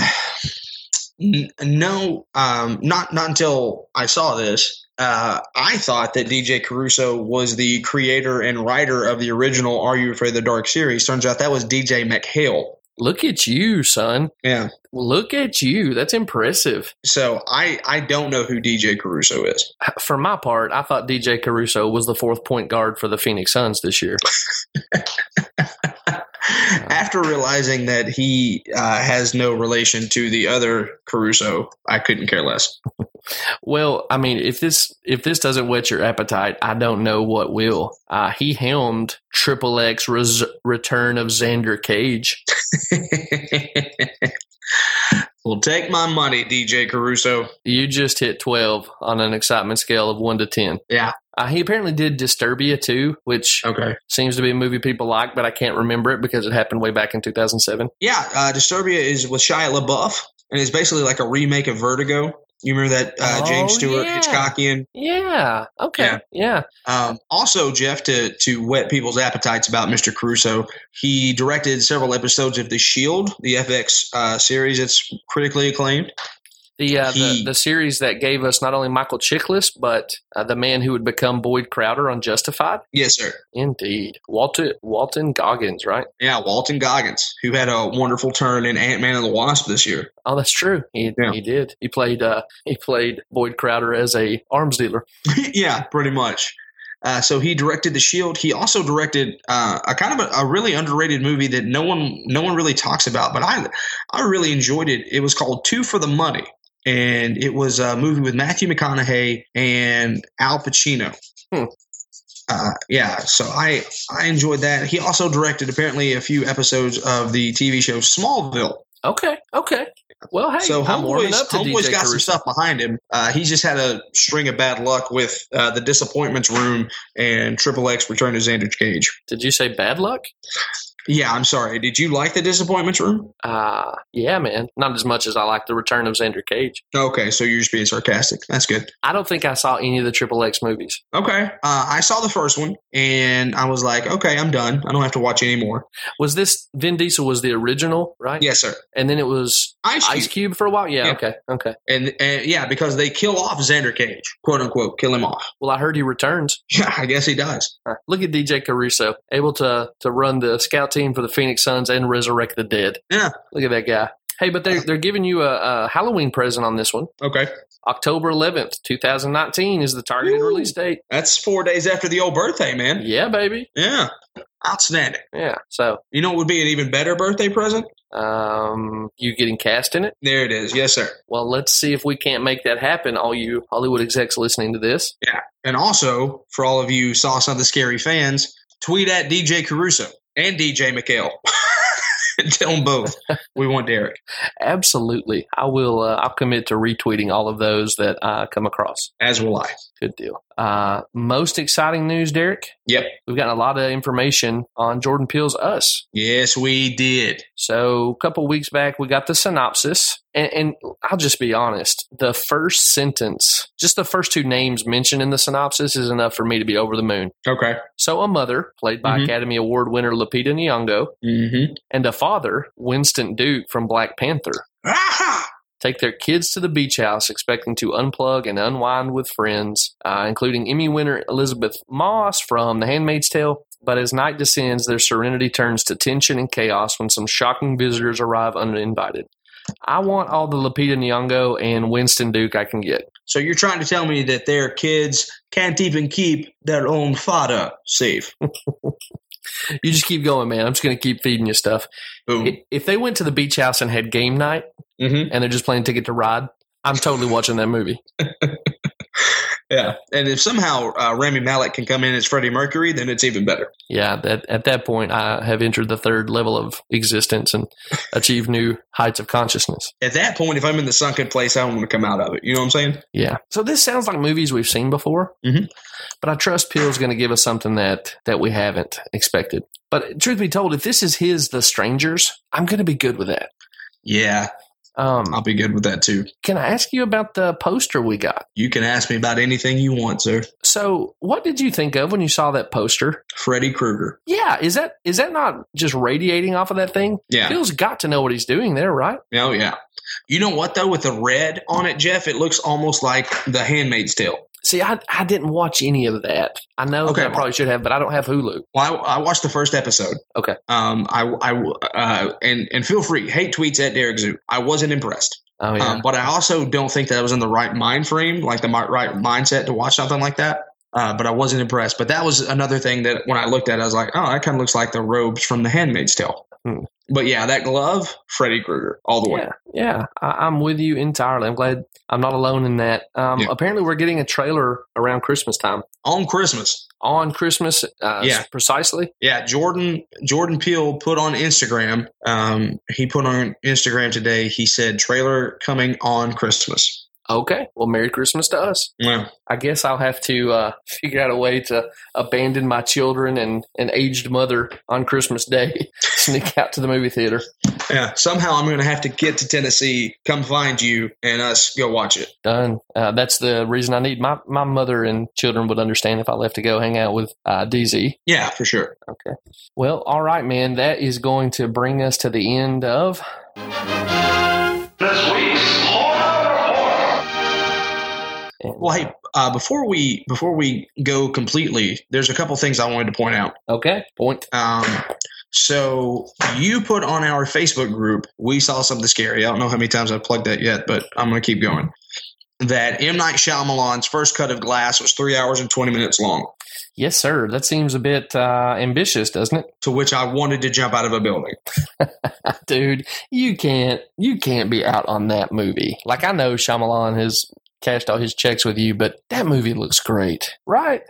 n- no, um, not not until I saw this. uh, I thought that DJ Caruso was the creator and writer of the original Are You Afraid of the Dark series. Turns out that was DJ McHale. Look at you, son. Yeah. Look at you. That's impressive. So I, I don't know who DJ Caruso is. For my part, I thought DJ Caruso was the fourth point guard for the Phoenix Suns this year. After realizing that he uh, has no relation to the other Caruso, I couldn't care less. Well, I mean, if this if this doesn't whet your appetite, I don't know what will. Uh, he helmed Triple X Res- Return of Xander Cage. *laughs* well, take my money, DJ Caruso. You just hit twelve on an excitement scale of one to ten. Yeah. Oh. Uh, he apparently did Disturbia too, which Okay. seems to be a movie people like, but I can't remember it because it happened way back in 2007. Yeah, uh, Disturbia is with Shia LaBeouf, and it's basically like a remake of Vertigo. You remember that uh, Oh, James Stewart yeah. Hitchcockian? Yeah. Okay. Yeah. Yeah. Um, also, Jeff, to to whet people's appetites about Mr. Caruso, he directed several episodes of The Shield, the FX uh, series that's critically acclaimed. The, uh, the He- the series that gave us not only Michael Chiklis, but uh, the man who would become Boyd Crowder on Justified. Yes, sir. Indeed, Walter Walton Goggins, right? Yeah, Walton Goggins, who had a wonderful turn in Ant Man and the Wasp this year. Oh, that's true. He Yeah. he did. He played uh, he played Boyd Crowder as a arms dealer. *laughs* yeah, pretty much. Uh, so he directed The Shield. He also directed uh, a kind of a, a really underrated movie that no one no one really talks about, but I I really enjoyed it. It was called Two for the Money, and it was a movie with Matthew McConaughey and Al Pacino. Hmm. Uh, yeah, so I I enjoyed that. He also directed apparently a few episodes of the TV show Smallville. Okay, okay. Well, hey, so I'm warming homeboy's, up to homeboy's DJ got some Caruso. stuff behind him. Uh, he just had a string of bad luck with uh, the disappointments room and Triple X Return to Xander Cage. Did you say bad luck? Yeah, I'm sorry. Did you like the disappointments room? Uh yeah, man. Not as much as I like the Return of Xander Cage. Okay, so you're just being sarcastic. That's good. I don't think I saw any of the Triple X movies. Okay, uh, I saw the first one and I was like, okay, I'm done. I don't have to watch *laughs* anymore. Was this Vin Diesel was the original, right? Yes, sir. And then it was Ice Cube. Ice Cube for a while. Yeah. Yeah. Okay. Okay. And, and yeah, because they kill off Xander Cage, quote unquote, kill him off. *laughs* Well, I heard he returns. Yeah, I guess he does. Huh. Look at DJ Caruso, able to to run the scout team for the Phoenix Suns and resurrect the dead. Yeah. Look at that guy. Hey, but they're they're giving you a, a Halloween present on this one. Okay, October eleventh, two thousand nineteen, is the targeted Woo. release date. that's four days after the old birthday, man. Yeah, baby. Yeah, outstanding. Yeah. So, You know what would be an even better birthday present? um, you getting cast in it? There it is. Yes, sir. Well, let's see if we can't make that happen. All you Hollywood execs listening to this, And also, for all of you Saw Something Scary fans, tweet at DJ Caruso and DJ McHale. *laughs* Tell them both. We want Derek. absolutely, I will. Uh, I'll commit to retweeting all of those that I come across. As will I. Good deal. Uh, most exciting news, Derek. Yep. We've gotten a lot of information on Jordan Peele's Us. Yes, we did. So a couple weeks back, we got the synopsis, and, and I'll just be honest: the first sentence, just the first two names mentioned in the synopsis, is enough for me to be over the moon. Okay. So, a mother, played by Mhm. Academy Award winner Lupita Nyong'o, Mm-hmm. and a father, Winston Duke from Black Panther, Ah! take their kids to the beach house expecting to unplug and unwind with friends, uh, including Emmy winner Elizabeth Moss from The Handmaid's Tale. But as night descends, their serenity turns to tension and chaos when some shocking visitors arrive uninvited. I want all the Lupita Nyong'o and Winston Duke I can get. So you're trying to tell me that their kids can't even keep their own father safe. You just keep going, man. I'm just going to keep feeding you stuff. Boom. *laughs* If- If they went to the beach house and had game night Mm-hmm. and they're just playing Ticket to Ride, I'm totally watching that movie. Yeah. And if somehow uh, Rami Malek can come in as Freddie Mercury, then it's even better. yeah, that at that point I have entered the third level of existence and achieved new heights of consciousness. At that point, if I'm in the sunken place, I don't want to come out of it. You know what I'm saying? Yeah. So this sounds like movies we've seen before, Mhm. but I trust Peele's going to give us something that that we haven't expected. But truth be told, if this is his The Strangers, I'm going to be good with that. Yeah, I'll Um, be good with that too. can I ask you about the poster we got? You can ask me about anything you want, sir. So, what did you think of when you saw that poster? Freddy Krueger. Yeah, is that is that not just radiating off of that thing? Yeah. Peele's got to know what he's doing there, right? Oh, yeah. You know what, though? With the red on it, Jeff, it looks almost like The Handmaid's Tale. See, I, I didn't watch any of that. I know Okay. that I probably should have, but I don't have Hulu. Well, I, I watched the first episode. Okay. Um, I, I, uh, and and feel free hate tweets at Derek Zoo. I wasn't impressed, Oh yeah, um, but I also don't think that I was in the right mind frame, like the mi- right mindset to watch something like that. Uh, but I wasn't impressed. But that was another thing that when I looked at, it, I was like, oh, that kind of looks like the robes from The Handmaid's Tale. Hmm. But yeah, that glove, Freddy Krueger, all the way. yeah, yeah. I, I'm with you entirely. I'm glad I'm not alone in that. Um, Yeah. Apparently, we're getting a trailer around Christmas time On Christmas, on Christmas. Uh, Yeah. s- precisely. Yeah, Jordan Jordan Peele put on Instagram. Um, he put on Instagram today. He said trailer coming on Christmas. Okay. Well, Merry Christmas to us. Yeah, I guess I'll have to uh, figure out a way to abandon my children and an aged mother on Christmas Day, *laughs* sneak out to the movie theater. yeah. Somehow I'm going to have to get to Tennessee, come find you, and us go watch it. Done. Uh, that's the reason I need my my mother and children would understand if I left to go hang out with uh, DZ. Yeah, for sure. Well, all right, man. That is going to bring us to the end of. This week's Horror Reporter. Well, hey, uh, before we before we go completely, there's a couple things I wanted to point out. Okay. Point. Um, so you put on our Facebook group, we saw something scary. I don't know how many times I've plugged that yet, but I'm going to keep going. That M Night Shyamalan's first cut of Glass was three hours and twenty minutes long, Yes, sir. That seems a bit uh, ambitious, doesn't it, *laughs* to which I wanted to jump out of a building. dude? You can't you can't be out on that movie. Like I know Shyamalan has cashed all his checks with you, but that movie looks great, right?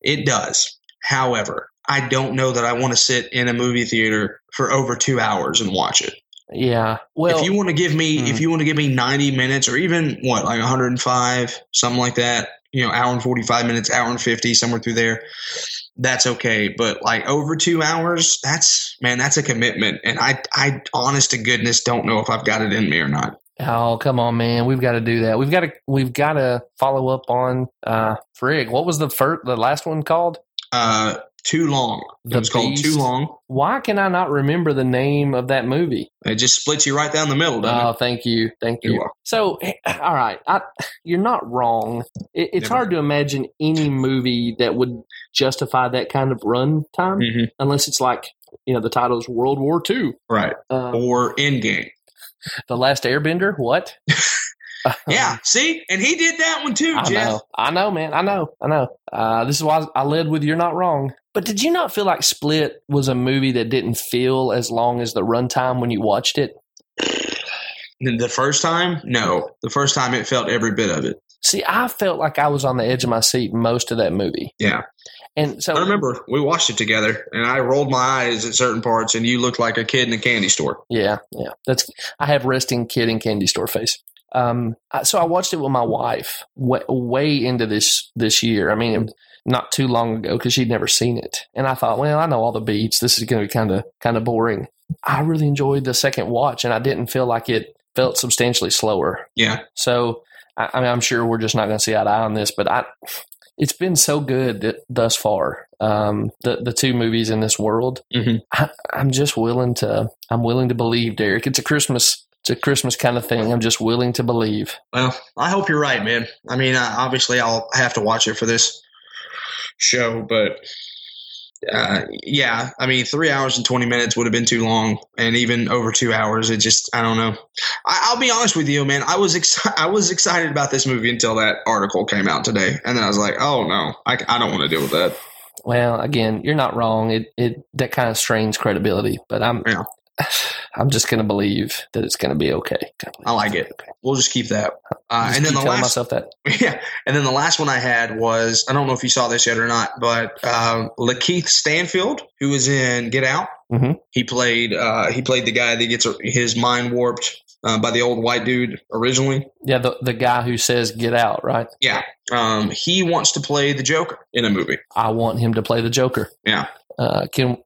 It does. However, I don't know that I want to sit in a movie theater for over two hours and watch it. Yeah. Well, if you want to give me, Hmm. if you want to give me ninety minutes or even what, like one hundred and five, something like that, you know, hour and forty five minutes, hour and fifty, somewhere through there, that's okay. But like over two hours, that's man, that's a commitment, and I, I, honest to goodness, don't know if I've got it in me or not. oh come on, man, we've got to do that. We've got to we've got to follow up on uh frig. What was the first the last one called? Uh, too long. The it was called Beast. too long. Why can I not remember the name of that movie? It just splits you right down the middle, doesn't Oh, it? thank you, thank You're you. welcome. So, eh, all right, I, you're not wrong. It, it's Never. hard to imagine any movie that would justify that kind of run time, Mhm. unless it's like you know the title's World War II, Right. uh, Or Endgame. Uh-huh. the Last Airbender. *laughs* What? Uh, Yeah. See, and he did that one *laughs* too, I Jeff. know. I know, man. I know. I know. Uh, this is why I led with You're Not Wrong. But did you not feel like Split was a movie that didn't feel as long as the runtime when you watched it? The the first time, no. The first time, it felt every bit of it. See, I felt like I was on the edge of my seat most of that movie. Yeah. And so I remember we watched it together, and I rolled my eyes at certain parts, and you looked like a kid in a candy store. Yeah, yeah. That's I have resting kid and candy store face. Um, I, so I watched it with my wife way, way into this this year. I mean, it- not too long ago because she'd never seen it, and I thought, well, I know all the beats. This is going to be kind of kind of boring. I really enjoyed the second watch, and I didn't feel like it felt substantially slower. Yeah, So I, I mean, I'm sure we're just not going to see eye to eye on this, but I. It's been so good that, thus far. Um, the the two movies in this world, Mhm. I, I'm just willing to. I'm willing to believe, Derek. It's a Christmas. It's a Christmas kind of thing. I'm just willing to believe. Well, I hope you're right, man. I mean, I, obviously, I'll have to watch it for this show, but uh, yeah, I mean, three hours and 20 minutes would have been too long, and even over two hours, it just, I don't know. I, I'll be honest with you, man. I was exci- *laughs* I was excited about this movie until that article came out today, and then I was like, oh no, I, I don't want to deal with that. Well, again, you're not wrong. It it that kind of strains credibility, but I'm Yeah. *sighs* I'm just gonna believe that it's gonna be okay. I like it. We'll just keep that. Uh, Just and then keep the last telling myself that. *laughs* Yeah, and then the last one I had was I don't know if you saw this yet or not, but um, Lakeith Stanfield, who was in Get Out, Mhm. he played uh, he played the guy that gets his mind warped uh, by the old white dude originally. Yeah, the the guy who says get out, right? Um, he wants to play the Joker in a movie. I want him to play the Joker. Yeah. Uh, can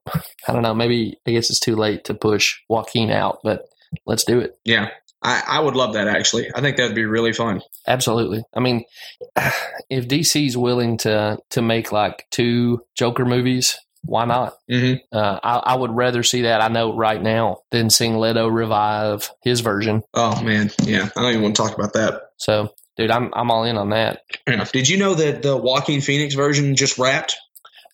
I don't know. Maybe I guess it's too late to push Joaquin out, but let's do it. Yeah, I, I would love that actually. I think that'd be really fun. Absolutely. I mean, *sighs* if DC's willing to to make like two Joker movies, why not? hmm Uh, I, I would rather see that. I know right now than seeing Leto revive his version. Oh man, yeah, I don't even want to talk about that. So dude, I'm I'm all in on that. Yeah. Did you know that the Walking Phoenix version just wrapped?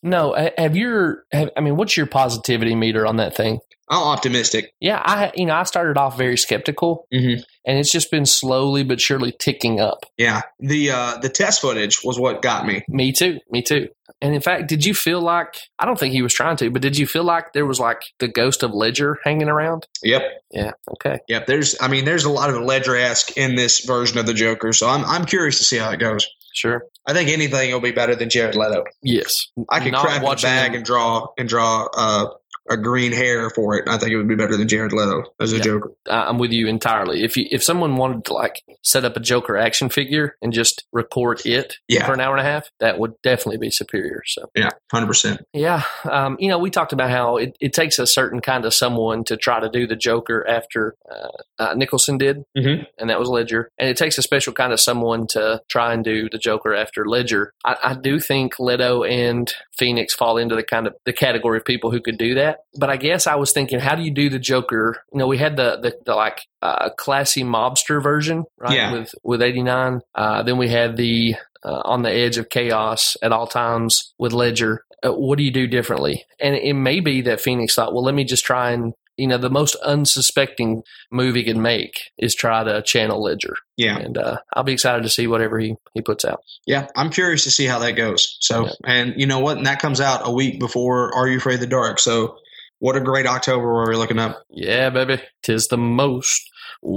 No, ha- have your have, I mean, what's your positivity meter on that thing? I'm optimistic. Yeah, I you know I started off very skeptical, Mhm. and it's just been slowly but surely ticking up. Yeah, the uh, the test footage was what got me. Me too, me too. And in fact, did you feel like I don't think he was trying to, but did you feel like there was like the ghost of Ledger hanging around? Yep, Yeah. Okay. yep. There's, I mean, there's a lot of Ledger esque in this version of the Joker, so I'm I'm curious to see how it goes. Sure. I think anything will be better than Jared Leto. Yes. I could Not craft a watching bag him. and draw and draw uh, a green hair for it. I think it would be better than Jared Leto as a Yeah. Joker. I- I'm with you entirely. If you, if someone wanted to like set up a Joker action figure and just record it Yeah. for an hour and a half, that would definitely be superior. So Yeah, hundred percent. yeah, um, you know, we talked about how it, it takes a certain kind of someone to try to do the Joker after uh, uh, Nicholson did, Mhm. and that was Ledger, and it takes a special kind of someone to try and do the Joker after Ledger. I, I do think Leto and Phoenix fall into the kind of the category of people who could do that, but I guess I was thinking, how do you do the Joker? You know, we had the the, the like uh, classy mobster version, right? Yeah. With with eighty nine, uh, then we had the uh, on the edge of chaos at all times with Ledger. Uh, what do you do differently? And it may be that Phoenix thought, well, let me just try and, you know, the most unsuspecting movie can make is try to channel Ledger. Yeah, And uh, I'll be excited to see whatever he, he puts out. yeah. I'm curious to see how that goes. So, Yeah. and you know what? And that comes out a week before Are You Afraid of the Dark? So, what a great October where we're looking up. Yeah, baby. Tis the most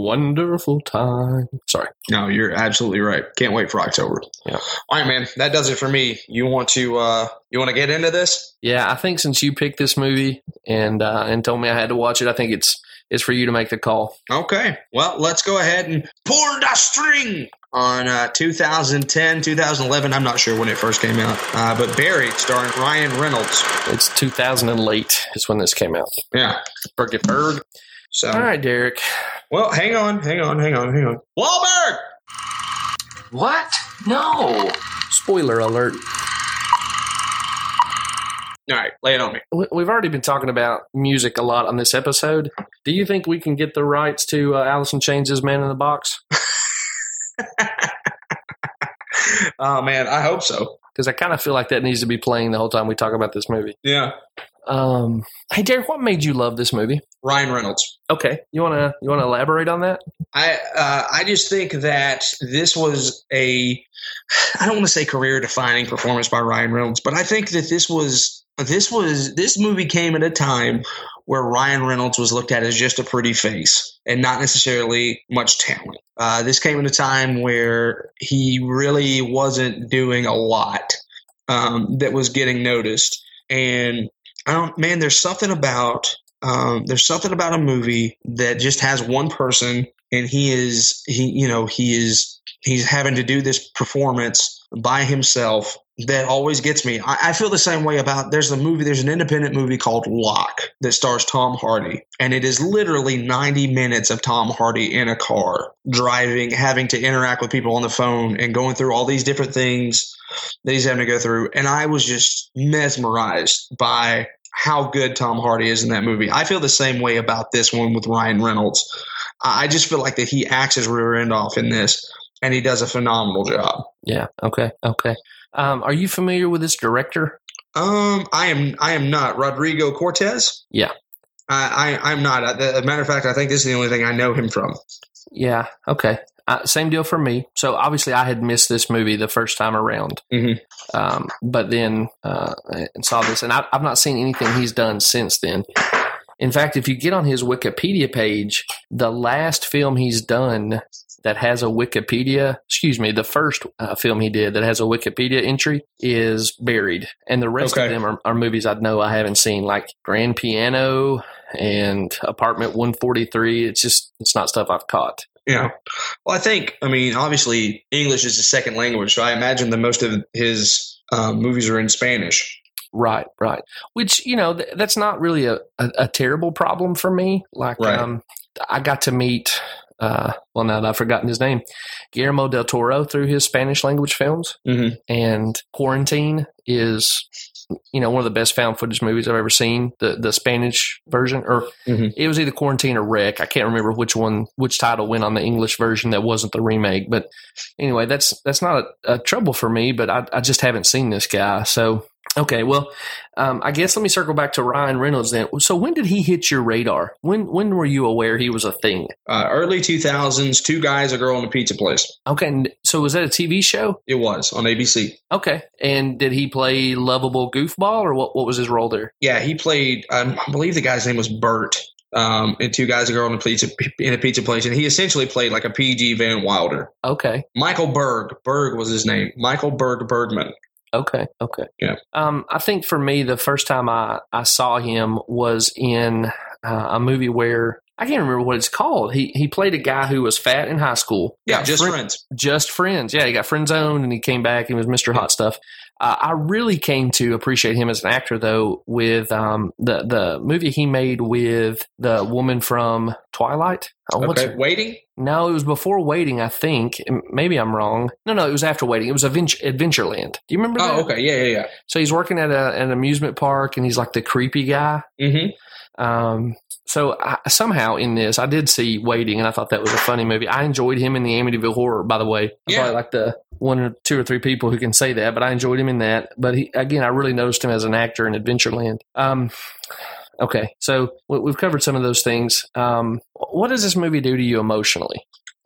wonderful time. Sorry. No, you're absolutely right. Can't wait for October. Yeah. All right, man. That does it for me. You want to uh you want to get into this? Yeah, I think since you picked this movie and uh, and told me I had to watch it, I think it's it's for you to make the call. Okay. Well, let's go ahead and pull the string on uh, 2010, 2011. I'm not sure when it first came out, uh, but Barry, starring Ryan Reynolds. It's 2008 is when this came out. Yeah. Berg. Berg. So, All right, Derek. well, hang on, hang on, hang on, hang on. Wahlberg. What? No. Spoiler alert. All right, lay it on me. We- We've already been talking about music a lot on this episode. Do you think we can get the rights to uh, Allison Chains' Man in the Box? Oh man, I hope so. Because I kind of feel like that needs to be playing the whole time we talk about this movie. Yeah. Um, hey, Derek, what made you love this movie? Ryan Reynolds. Okay, you wanna you wanna elaborate on that? I uh, I just think that this was a I don't want to say career defining performance by Ryan Reynolds, but I think that this was this was this movie came at a time where Ryan Reynolds was looked at as just a pretty face and not necessarily much talent. Uh, this came at a time where he really wasn't doing a lot um, that was getting noticed, and I don't man, there's something about um, there's something about a movie that just has one person and he is he you know he is he's having to do this performance by himself that always gets me I, I feel the same way about there's a movie there's an independent movie called lock that stars tom hardy and it is literally 90 minutes of tom hardy in a car driving having to interact with people on the phone and going through all these different things that he's having to go through and i was just mesmerized by how good Tom Hardy is in that movie. I feel the same way about this one with Ryan Reynolds. I I just feel like that he acts his rear end off in this, and he does a phenomenal job. Yeah. Okay. Okay. Um, are you familiar with this director? Um, I am I am not Rodrigo Cortez. Yeah. I, I I'm not. Uh, the- As a matter of fact, I think this is the only thing I know him from. Yeah. Okay. Uh, same deal for me. So obviously, I had missed this movie the first time around, Mhm. um, but then uh, and saw this, and I, I've not seen anything he's done since then. In fact, if you get on his Wikipedia page, the last film he's done that has a Wikipedia, excuse me, the first uh, film he did that has a Wikipedia entry is Buried, and the rest Okay. of them are, are movies I know I haven't seen, like Grand Piano and Apartment One Forty Three. It's just it's not stuff I've caught. Yeah. Well, I think I mean obviously English is his second language, so I imagine that most of his uh, movies are in Spanish. Right, right. Which you know th- that's not really a, a, a terrible problem for me. Like Right. um, I got to meet uh, well, now that I've forgotten his name, Guillermo del Toro through his Spanish language films. Mhm. And Quarantine is, you know, one of the best found footage movies I've ever seen. The the Spanish version, or Mhm. it was either Quarantine or Wreck. I can't remember which one, which title went on the English version that wasn't the remake. But anyway, that's that's not a, a trouble for me. But I, I just haven't seen this guy, so. Okay, well, um, I guess let me circle back to Ryan Reynolds then. So, when did he hit your radar? When when were you aware he was a thing? Uh, early 2000s, two guys, a girl, and a pizza place. Okay, and so was that a TV show? It was on ABC. Okay, and did he play lovable goofball, or what? What was his role there? Yeah, he played. Um, I believe the guy's name was Bert. Um, and two guys, a girl, and a pizza in a pizza place, and he essentially played like a PG Van Wilder. Okay, Michael Berg. Berg was his name. Michael Berg Bergman. okay, okay. Yeah. Um, I think for me, the first time I I saw him was in uh, a movie where. I can't remember what it's called. He he played a guy who was fat in high school. Yeah, Got just fri- friends. just friends. Yeah, he got friend zoned and he came back and was Mr. Hot Stuff. Uh, I really came to appreciate him as an actor though with um, the the movie he made with the woman from Twilight. Uh, what's Okay, her- waiting. No, it was before Waiting, I think. M- Maybe I'm wrong. No, no, it was after Waiting. It was Adventure, Adventureland. Do you remember Oh, that? okay. Yeah, yeah, So he's working at a, an amusement park and he's like the creepy guy. yeah. hmm Um, so I, somehow in this, I did see Waiting, and I thought that was a funny movie. I enjoyed him in the Amityville Horror, by the way. I'm Yeah. probably like the one or two or three people who can say that, but I enjoyed him in that. But he, again, I really noticed him as an actor in Adventureland. Um, okay, so we, we've covered some of those things. Um, what does this movie do to you emotionally?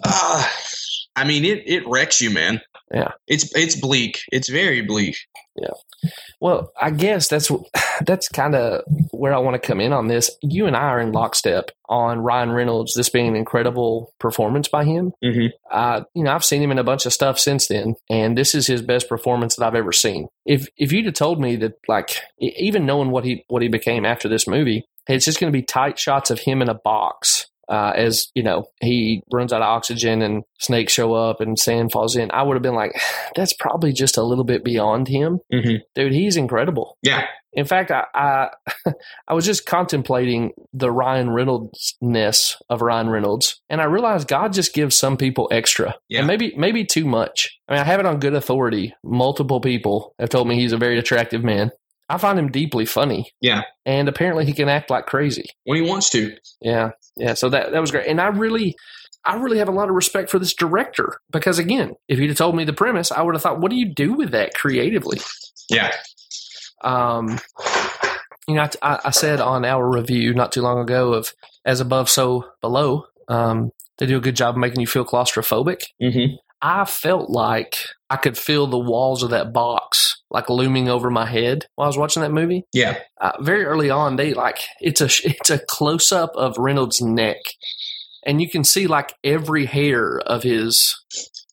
Uh, I mean, it it wrecks you, man. Yeah. It's it's bleak. It's very bleak. Well, I guess that's *sighs* that's kind of where I want to come in on this. You and I are in lockstep on Ryan Reynolds. This being an incredible performance by him. Mhm. Uh, you know, I've seen him in a bunch of stuff since then, and this is his best performance that I've ever seen. If if you'd have told me that, like, e- even knowing what he what he became after this movie, it's just going to be tight shots of him in a box. Uh, as you know, he runs out of oxygen and snakes show up and sand falls in. I would have been like, *sighs* that's probably just a little bit beyond him Mm-hmm. dude he's incredible Yeah. in fact i *laughs* i, I was just contemplating the ryan reynoldsness of ryan reynolds and i realized god just gives some people extra Yeah. and maybe maybe too much i mean i have it on good authority multiple people have told me he's a very attractive man i find him deeply funny Yeah. and apparently he can act like crazy When he wants to. yeah, yeah. So that that was great, and I really, I really have a lot of respect for this director because again, if you'd have told me the premise, I would have thought, what do you do with that creatively? Yeah. Um, you know, I, I I said on our review not too long ago of as above, so below. Um, they do a good job of making you feel claustrophobic. Mm-hmm. I felt like I could feel the walls of that box like looming over my head while I was watching that movie Yeah. uh, very early on they like it's a sh- it's a close up of Reynolds' neck, and you can see like every hair of his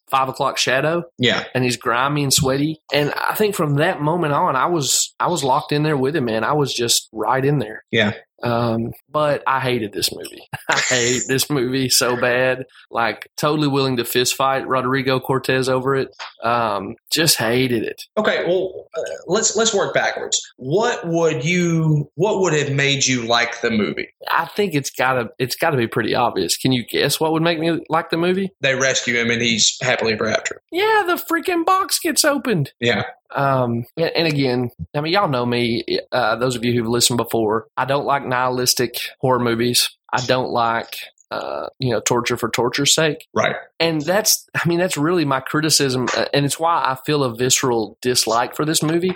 five o'clock shadow, Yeah. and he's grimy and sweaty. And I think from that moment on, I was I was locked in there with him, man. I was just right in there. Yeah. Um, but I hated this movie. *laughs* I hate this movie so bad. Like totally willing to fist fight Rodrigo Cortez over it. Um, just hated it. Okay, well, uh, let's let's work backwards. What would you what would have made you like the movie? I think it's gotta it's gotta be pretty obvious. Can you guess what would make me like the movie? They rescue him and he's happily ever after. Yeah, the freaking box gets opened. *laughs* Yeah. Um, and and again, I mean, y'all know me. Uh, those of you who've listened before, I don't like nihilistic horror movies. I don't like, uh, you know, torture for torture's sake. Right. And that's, I mean, that's really my criticism, uh, and it's why I feel a visceral dislike for this movie.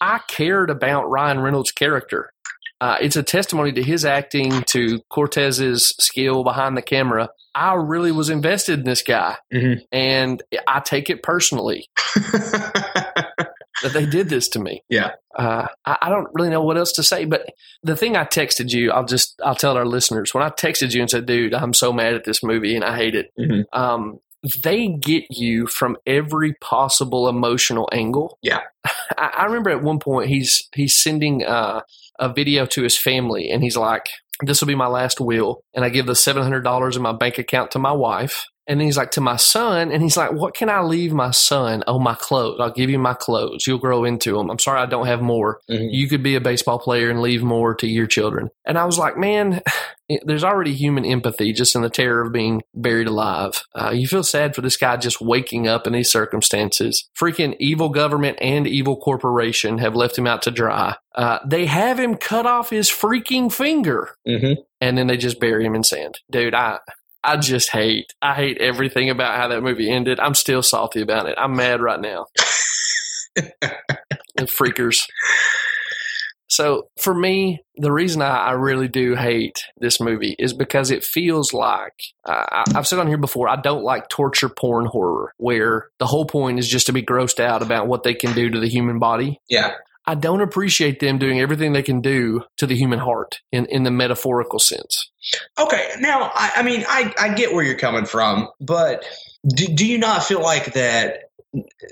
I cared about Ryan Reynolds' character. Uh, it's a testimony to his acting, to Cortez's skill behind the camera. I really was invested in this guy, Mhm. and I take it personally that they did this to me. Yeah. Uh, I, I don't really know what else to say, but the thing I texted you, I'll just, I'll tell our listeners when I texted you and said, dude, I'm so mad at this movie and I hate it. Mhm. Um, they get you from every possible emotional angle. Yeah. *laughs* I, I remember at one point he's, he's sending, uh, a video to his family and he's like, this will be my last will. And I give the $700 in my bank account to my wife. And he's like, to my son. And he's like, what can I leave my son? Oh, my clothes. I'll give you my clothes. You'll grow into them. I'm sorry I don't have more. Mhm. You could be a baseball player and leave more to your children. And I was like, man, *sighs* it- there's already human empathy just in the terror of being buried alive. Uh, you feel sad for this guy just waking up in these circumstances. Freaking evil government and evil corporation have left him out to dry. Uh, they have him cut off his freaking finger Mhm. and then they just bury him in sand. Dude, I I just hate. I hate everything about how that movie ended. I'm still salty about it. I'm mad right now. the freakers. So for me, the reason I, I really do hate this movie is because it feels like uh, I, I've said on here before. I don't like torture porn horror, where the whole point is just to be grossed out about what they can do to the human body. Yeah. I don't appreciate them doing everything they can do to the human heart in, in the metaphorical sense. Okay. Now, I, I mean, I, I get where you're coming from, but do, do you not feel like that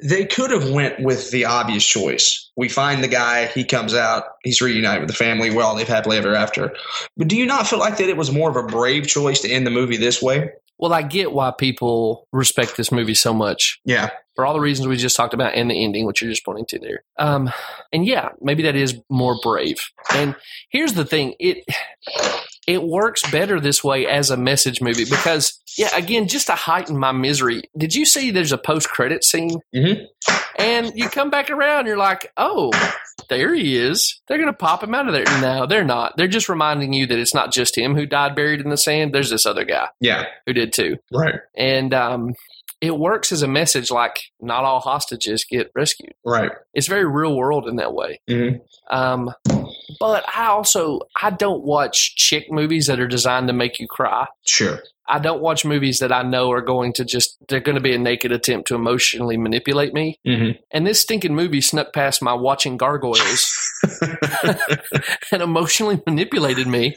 they could have went with the obvious choice? We find the guy, he comes out, he's reunited with the family. Well, they've happily ever after. But do you not feel like that it was more of a brave choice to end the movie this way? Well, I get why people respect this movie so much Yeah. for all the reasons we just talked about and the ending, which you're just pointing to there. Um, and yeah, maybe that is more brave. And here's the thing it it works better this way as a message movie because yeah, again, just to heighten my misery. Did you see there's a post credit scene? Mhm. And you come back around, you're like, oh, there he is. They're gonna pop him out of there. No, they're not. They're just reminding you that it's not just him who died buried in the sand. There's this other guy Yeah. who did too Right. and um, it works as a message like not all hostages get rescued Right. it's very real world in that way Mhm. um, but i also i don't watch chick movies that are designed to make you cry Sure. i don't watch movies that i know are going to just they're going to be a naked attempt to emotionally manipulate me Mm-hmm. and this stinking movie snuck past my watching gargoyles and emotionally manipulated me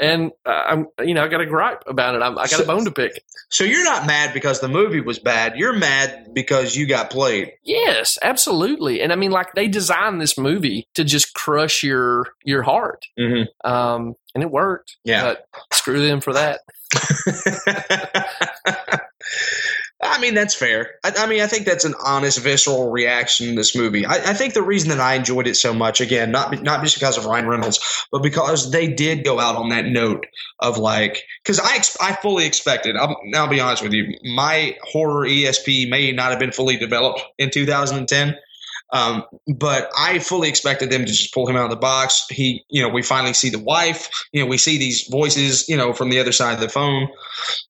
and uh, i'm you know i got a gripe about it I'm, i got a bone to pick So you're not mad because the movie was bad. You're mad because you got played. Yes, absolutely. And I mean, like they designed this movie to just crush your your heart, Mm-hmm. um, and it worked. Yeah. But screw them for that. *laughs* I mean, that's fair. I, I mean, I think that's an honest, visceral reaction in this movie. I, I think the reason that I enjoyed it so much, again, not be- not just because of Ryan Reynolds, but because they did go out on that note of like, because I ex- I fully expected. I'm, now, I'll be honest with you, my horror ESP may not have been fully developed in 2010. Um, but I fully expected them to just pull him out of the box. He, you know, we finally see the wife. You know, we see these voices, you know, from the other side of the phone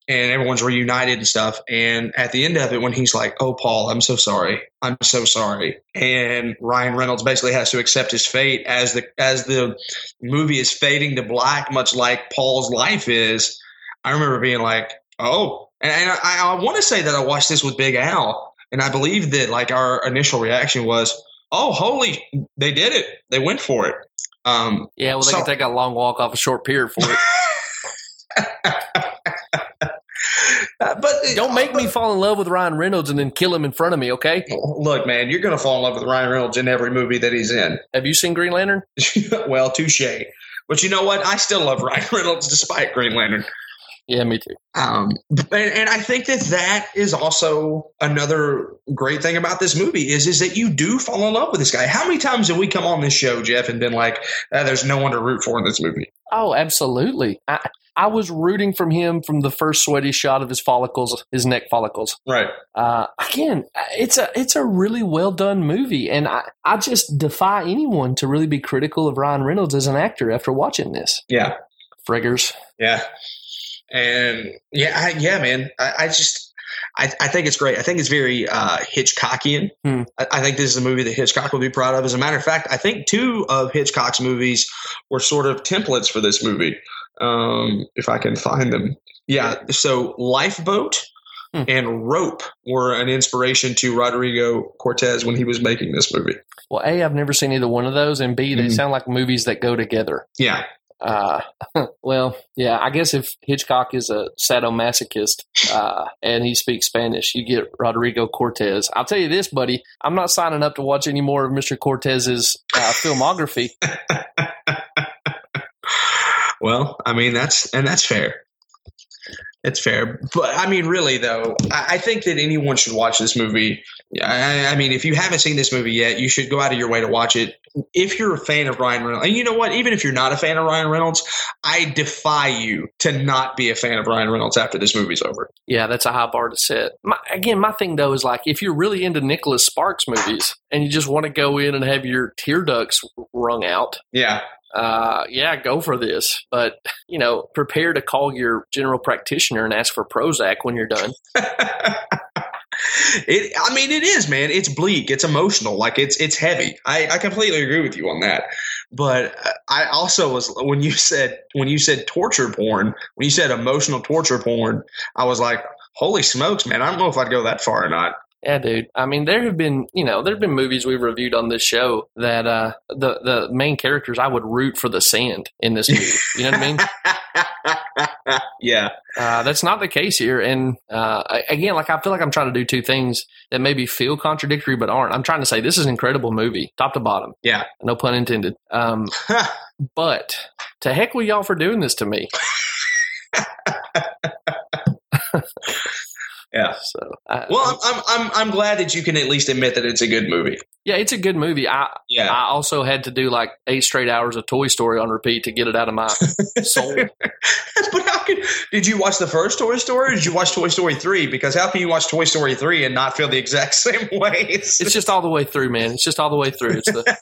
and everyone's reunited and stuff. And at the end of it, when he's like, "Oh, Paul, I'm so sorry. I'm so sorry," and Ryan Reynolds basically has to accept his fate as the as the movie is fading to black, much like Paul's life is. I remember being like, "Oh," and, and I, I want to say that I watched this with Big Al, and I believe that like our initial reaction was, "Oh, holy, they did it! They went for it." Um, Yeah, well, they So- can take a long walk off a short pier for it. but Don't make me fall in love with Ryan Reynolds and then kill him in front of me, okay? Look, man, you're gonna fall in love with Ryan Reynolds in every movie that he's in. Have you seen Green Lantern? *laughs* well, touche. But you know what? I still love Ryan Reynolds despite Green Lantern. Yeah, me too. Um, and, and I think that that is also another great thing about this movie is is that you do fall in love with this guy. How many times have we come on this show, Jeff, and been like, "Ah, "There's no one to root for in this movie"? Oh, absolutely. I I was rooting from him from the first sweaty shot of his follicles, his neck follicles. Right. uh, again, it's a it's a really well done movie, and I, I just defy anyone to really be critical of Ryan Reynolds as an actor after watching this. Yeah. Friggers, Yeah. And yeah, I, yeah, man. I, I just, I, I think it's great. I think it's very uh, Hitchcockian. Hmm. I, I think this is a movie that Hitchcock would be proud of. As a matter of fact, I think two of Hitchcock's movies were sort of templates for this movie, um, if I can find them. Yeah. So Lifeboat Hmm. and Rope were an inspiration to Rodrigo Cortez when he was making this movie. well, a I've never seen either one of those, and b they Mhm. sound like movies that go together. Yeah. Uh, *laughs* well, yeah, I guess if Hitchcock is a sadomasochist uh, and he speaks Spanish, you get Rodrigo Cortez. I'll tell you this, buddy, I'm not signing up to watch any more of Mr. Cortez's uh, filmography. Well, I mean that's and that's fair. It's fair, but I mean, really though, I, I think that anyone should watch this movie. I, I mean, if you haven't seen this movie yet, you should go out of your way to watch it. If you're a fan of Ryan Reynolds, and you know what, even if you're not a fan of Ryan Reynolds, I defy you to not be a fan of Ryan Reynolds after this movie's over. Yeah, that's a high bar to set. My, again, my thing though is like if you're really into Nicholas Sparks movies and you just want to go in and have your tear ducts wrung out, Yeah, uh, yeah, go for this. But you know, prepare to call your general practitioner and ask for Prozac when you're done. it. I mean, it is, man. It's bleak. It's emotional. Like it's it's heavy. I, I completely agree with you on that. But uh, I also was when you said when you said torture porn, when you said emotional torture porn, I was like, holy smokes, man! I don't know if I'd go that far or not. *laughs* Yeah, dude. I mean, there have been you know there have been movies we've reviewed on this show that uh, the the main characters I would root for the sand in this movie. You know what I mean? yeah, Uh, that's not the case here. And uh, I- again, like I feel like I'm trying to do two things that maybe feel contradictory but aren't. I'm trying to say this is an incredible movie, top to bottom. Yeah. No pun intended. *laughs* Um, but to heck with y'all for doing this to me. *laughs* Yeah. So, I, um, well, I'm, I'm I'm I'm glad that you can at least admit that it's a good movie. yeah, it's a good movie. I Yeah, I also had to do like eight straight hours of Toy Story on repeat to get it *laughs* out of my soul. but how could did you watch the first Toy Story? or Did you watch Toy Story three? Because how can you watch Toy Story three and not feel the exact *laughs* same way? It's just all the way through, man. It's just all the way through. *laughs* It's the.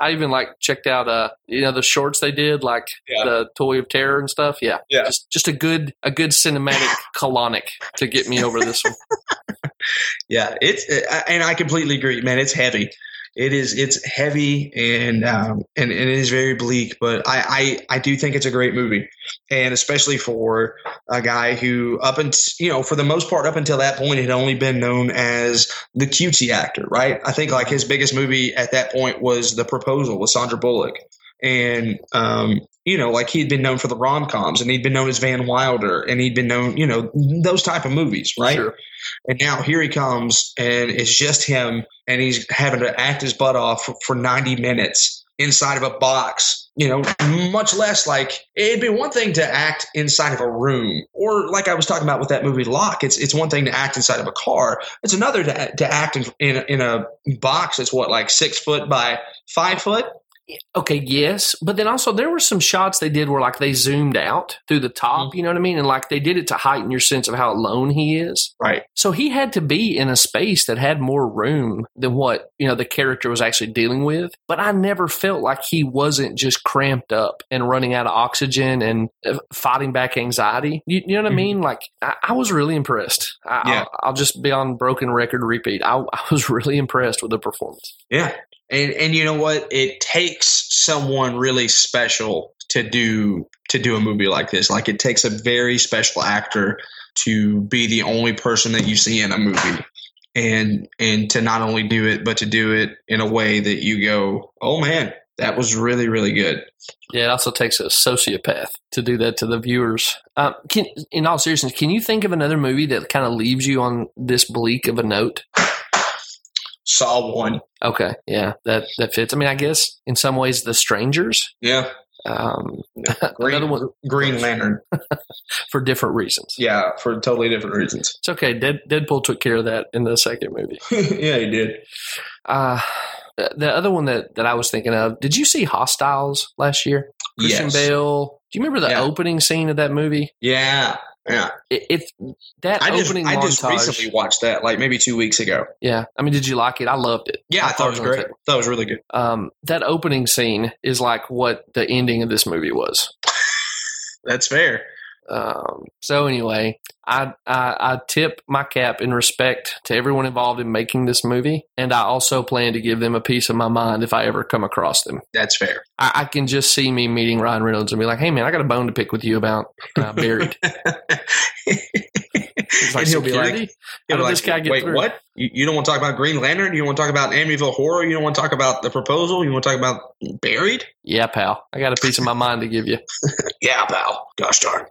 I even like checked out uh you know the shorts they did like Yeah. the Toy of Terror and stuff. Yeah, Yeah. Just, just a good a *laughs* good cinematic colonic to get me over this one. Yeah, it's uh, and I completely agree, man. It's heavy. It is. It's heavy and um, and, and it is very bleak. But I, I I do think it's a great movie, and especially for a guy who up and you know for the most part up until that point had only been known as the cutesy actor, right? I think like his biggest movie at that point was The Proposal with Sandra Bullock, and um, you know like he'd been known for the rom coms, and he'd been known as Van Wilder, and he'd been known you know those type of movies, right? Sure. And now here he comes, and it's just him, and he's having to act his butt off for, for 90 minutes inside of a box. You know, much less like it'd be one thing to act inside of a room, or like I was talking about with that movie Lock. It's it's one thing to act inside of a car. It's another to, to act in, in a- in a box that's what like six foot by five foot. Okay, yes, but then also there were some shots they did where like they zoomed out through the top. Mm-hmm. You know what I mean? And like they did it to heighten your sense of how alone he is. Right. So he had to be in a space that had more room than what, you know, the character was actually dealing with. But I never felt like he wasn't just cramped up and running out of oxygen and uh, fighting back anxiety. You, you know what Mhm. I mean? Like, I, I was really impressed. I, Yeah. I'll, I'll just be on broken record repeat. I, I was *laughs* really impressed with the performance. Yeah. And and you know what? It takes someone really special to do to do a movie like this. Like it takes a very special actor to be the only person that you see in a movie. And and to not only do it, but to do it in a way that you go, Oh man, that was really, really good. Yeah, it also takes a sociopath to do that to the viewers. Um, can, in all seriousness, can you think of another movie that kind of leaves you on this bleak of a note? Saw one. Okay, yeah, that that fits. I mean, I guess in some ways, The Strangers, Yeah. um, Green- another one Green Lantern. for different reasons. Yeah, for totally different reasons. *laughs* It's okay. Dead, Deadpool took care of that in the second movie. yeah, he did. Uh, the, the other one that, that I was thinking of. Did you see Hostiles last year? Christian Yes. Bale. Do you remember the Yeah. opening scene of that movie? Yeah. Yeah. It, it's that I just, opening I just montage. recently watched that, like maybe two weeks ago. Yeah, I mean, did you like it? I loved it. Yeah, I, thought it was great. Thought it was really good. Um, that opening scene is like what the ending of this movie was. That's fair. Um, so anyway, I, I I tip my cap in respect to everyone involved in making this movie, and I also plan to give them a piece of my mind if I ever come across them. That's fair. I, I can just see me meeting Ryan Reynolds and be like, "Hey man, I got a bone to pick with you about uh, buried." He's like, And he'll be like- "Security? How did this guy get Wait, through?" what? You, you don't want to talk about Green Lantern? You don't want to talk about Amityville Horror? You don't want to talk about The Proposal? You want to talk about Buried? yeah, pal, I got a piece of my mind to give you. Yeah, pal. Gosh darn.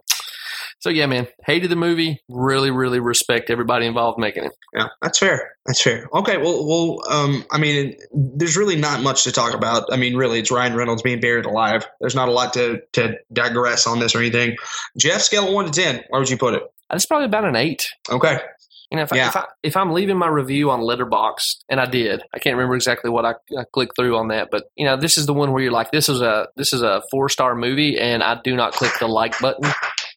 So yeah, man, hated the movie. Really, really respect everybody involved making it. Yeah, that's fair. That's fair. Okay, well, well, um, I mean, there's really not much to talk about. I mean, really, it's Ryan Reynolds being buried alive. There's not a lot to to digress on this or anything. Jeff, scale of one to ten, where would you put it? That's probably about an eight. Okay, You know, if, I, Yeah. if, I, if I'm leaving my review on Letterboxd, and I did, I can't remember exactly what I, I clicked through on that, but you know, this is the one where you're like, this is a this is a four star movie, and I do not click the like button.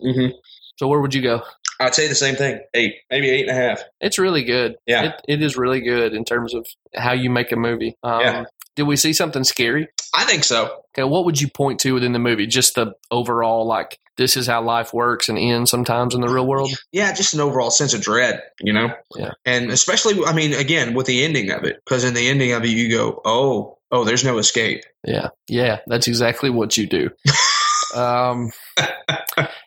mm-hmm. So where would you go? I'd say the same thing. Eight, maybe eight and a half. It's really good. Yeah. It, it is really good in terms of how you make a movie. Um, Yeah. Did we see something scary? I think so. Okay, what would you point to within the movie? Just the overall, like this is how life works and ends sometimes in the real world. Yeah, just an overall sense of dread, you know. Yeah. And especially, I mean, again, with the ending of it, because in the ending of it, you go, oh, oh, there's no escape. Yeah, yeah, that's exactly what you do. um,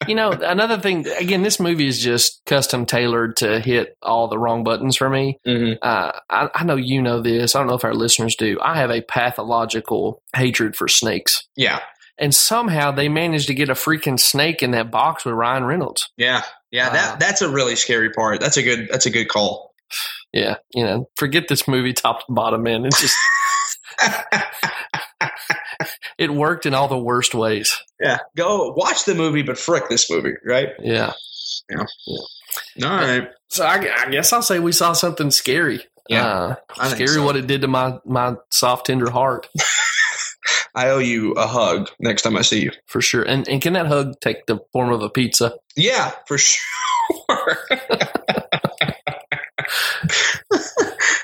you know, another thing. Again, this movie is just custom tailored to hit all the wrong buttons for me. Mm-hmm. Uh, I, I know you know this. I don't know if our listeners do. I have a pathological hatred for snakes, Yeah, and somehow they managed to get a freaking snake in that box with Ryan Reynolds. yeah, yeah. Wow. That that's a really scary part. That's a good. That's a good call. Yeah, you know, forget this movie top to bottom, man. It's just *laughs* it worked in all the worst ways. Yeah, go watch the movie, but frick this movie, right? Yeah. All right, So I, I guess I'll say we saw something scary. Yeah, Uh, I think scary so. what it did to my my soft tender heart I owe you a hug next time I see you. for sure. And and can that hug take the form of a pizza? Yeah, for *laughs* sure.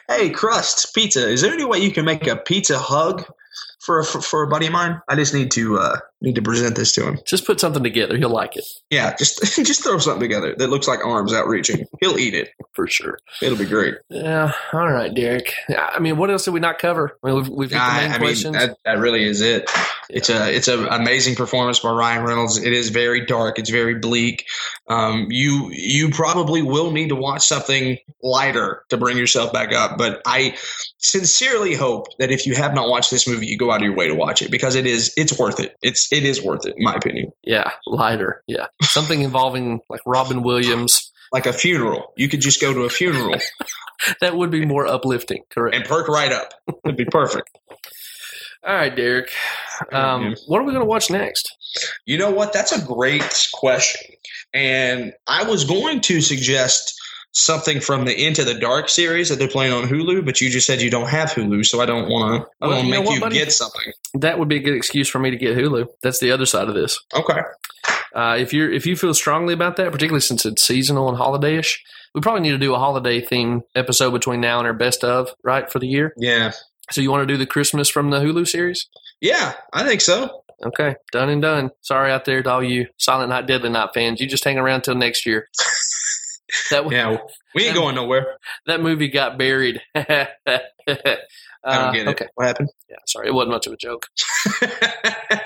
hey, crust pizza. Is there any way you can make a pizza hug for a, for, for a buddy of mine? I just need to uh, need to present this to him. Just put something together, he'll like it Yeah, just *laughs* just throw something together that looks like arms outreaching. He'll eat it. for sure. It'll be great. Yeah. All right, Derek. I mean, what else did we not cover? I mean, we've we've hit the I, main I mean, questions. that, that really is it. It's a it's an amazing performance by Ryan Reynolds. It is very dark. It's very bleak. Um, you you probably will need to watch something lighter to bring yourself back up. But I sincerely hope that if you have not watched this movie, you go out of your way to watch it because it is it's worth it. It's it is worth it, in my opinion. yeah, lighter. Yeah, something involving like Robin Williams Like a funeral, you could just go to a funeral that would be more uplifting. Correct. and perk right up. *laughs* It'd be perfect. All right, Derek. Um, Yeah. what are we going to watch next? You know what? That's a great question. And I was going to suggest something from the Into the Dark series that they're playing on Hulu, but you just said you don't have Hulu, so I don't want to. I Well, don't you know make what, you buddy? get something. That would be a good excuse for me to get Hulu. That's the other side of this. Okay. Uh, if you are if you feel strongly about that, particularly since it's seasonal and holidayish, we probably need to do a holiday theme episode between now and our best of right for the year. Yeah. So you want to do the Christmas from the Hulu series? Yeah, I think so. Okay, done and done. Sorry out there to all you Silent Night Deadly Night fans. You just hang around till *laughs* next year. that w- Yeah. We Um, ain't going nowhere. that movie got buried. *laughs* I I don't get it. uh, Okay, What happened? yeah, sorry, it wasn't much of a joke. *laughs*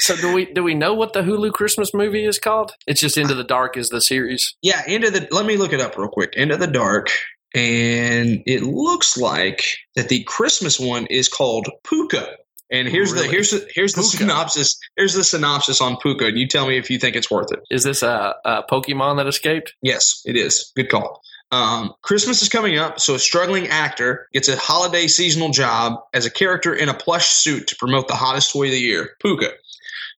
So do we do we know what the Hulu Christmas movie is called? It's just Into the Dark is the series. yeah, Into the. Let me look it up real quick. Into the Dark. And it looks like that the Christmas one is called Puka. And here's Really? the here's the, here's the Puka. synopsis. Here's the synopsis on Puka, and you tell me if you think it's worth it. Is this a, a Pokemon that escaped? Yes, it is. Good call. Um, Christmas is coming up, so a struggling actor gets a holiday seasonal job as a character in a plush suit to promote the hottest toy of the year, Puka.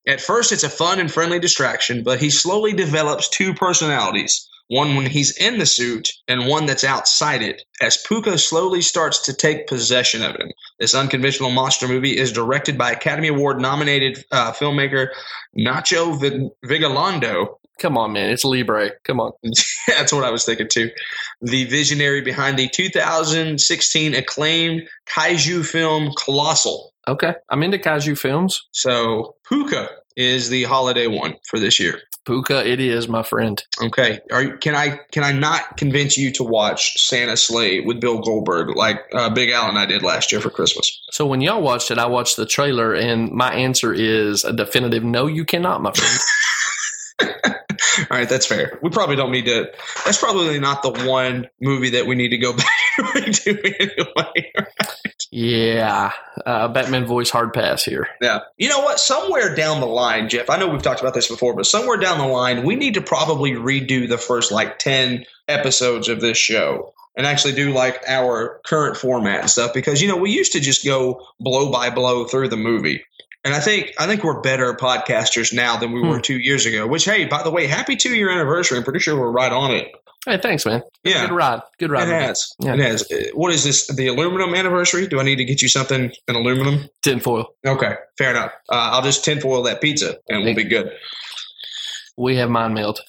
At first, it's a fun and friendly distraction, but he slowly develops two personalities one when he's in the suit and one that's outside it, as Puka slowly starts to take possession of him. This unconventional monster movie is directed by Academy Award nominated uh, filmmaker Nacho Vig- Vigalondo, Come on, man, it's Libre. Come on. *laughs* that's what I was thinking too. The visionary behind the 2016 acclaimed kaiju film Colossal. Okay, I'm into kaiju films. So Puka is the holiday one for this year. Puka, it is my friend. Okay, Are, you- can I can I not convince you to watch Santa Slay with Bill Goldberg like uh, Big Al and I did last year for Christmas? So when y'all watched it, I watched the trailer, and my answer is a definitive no. You cannot, *laughs* my friend. All right, that's fair. We probably don't need to. That's probably not the one movie that we need to go *laughs* back we do anyway. Yeah. Uh, Batman voice hard pass here. Yeah. You know what? Somewhere down the line, Jeff, I know we've talked about this before, but somewhere down the line, we need to probably redo the first like 10 episodes of this show and actually do like our current format and stuff because, you know, we used to just go blow by blow through the movie. And I think I think we're better podcasters now than Hmm. we were two years ago. Which, hey, by the way, happy two year anniversary! I'm pretty sure we're right on it. Hey, thanks, man. Yeah, Good ride. Good ride. it man. has. Yeah. It has. Uh, What is this? The aluminum anniversary? Do I need to get you something in aluminum? Tinfoil. Okay, fair enough. Uh, I'll just tinfoil that pizza and we'll be good. *laughs* We have mine mailed.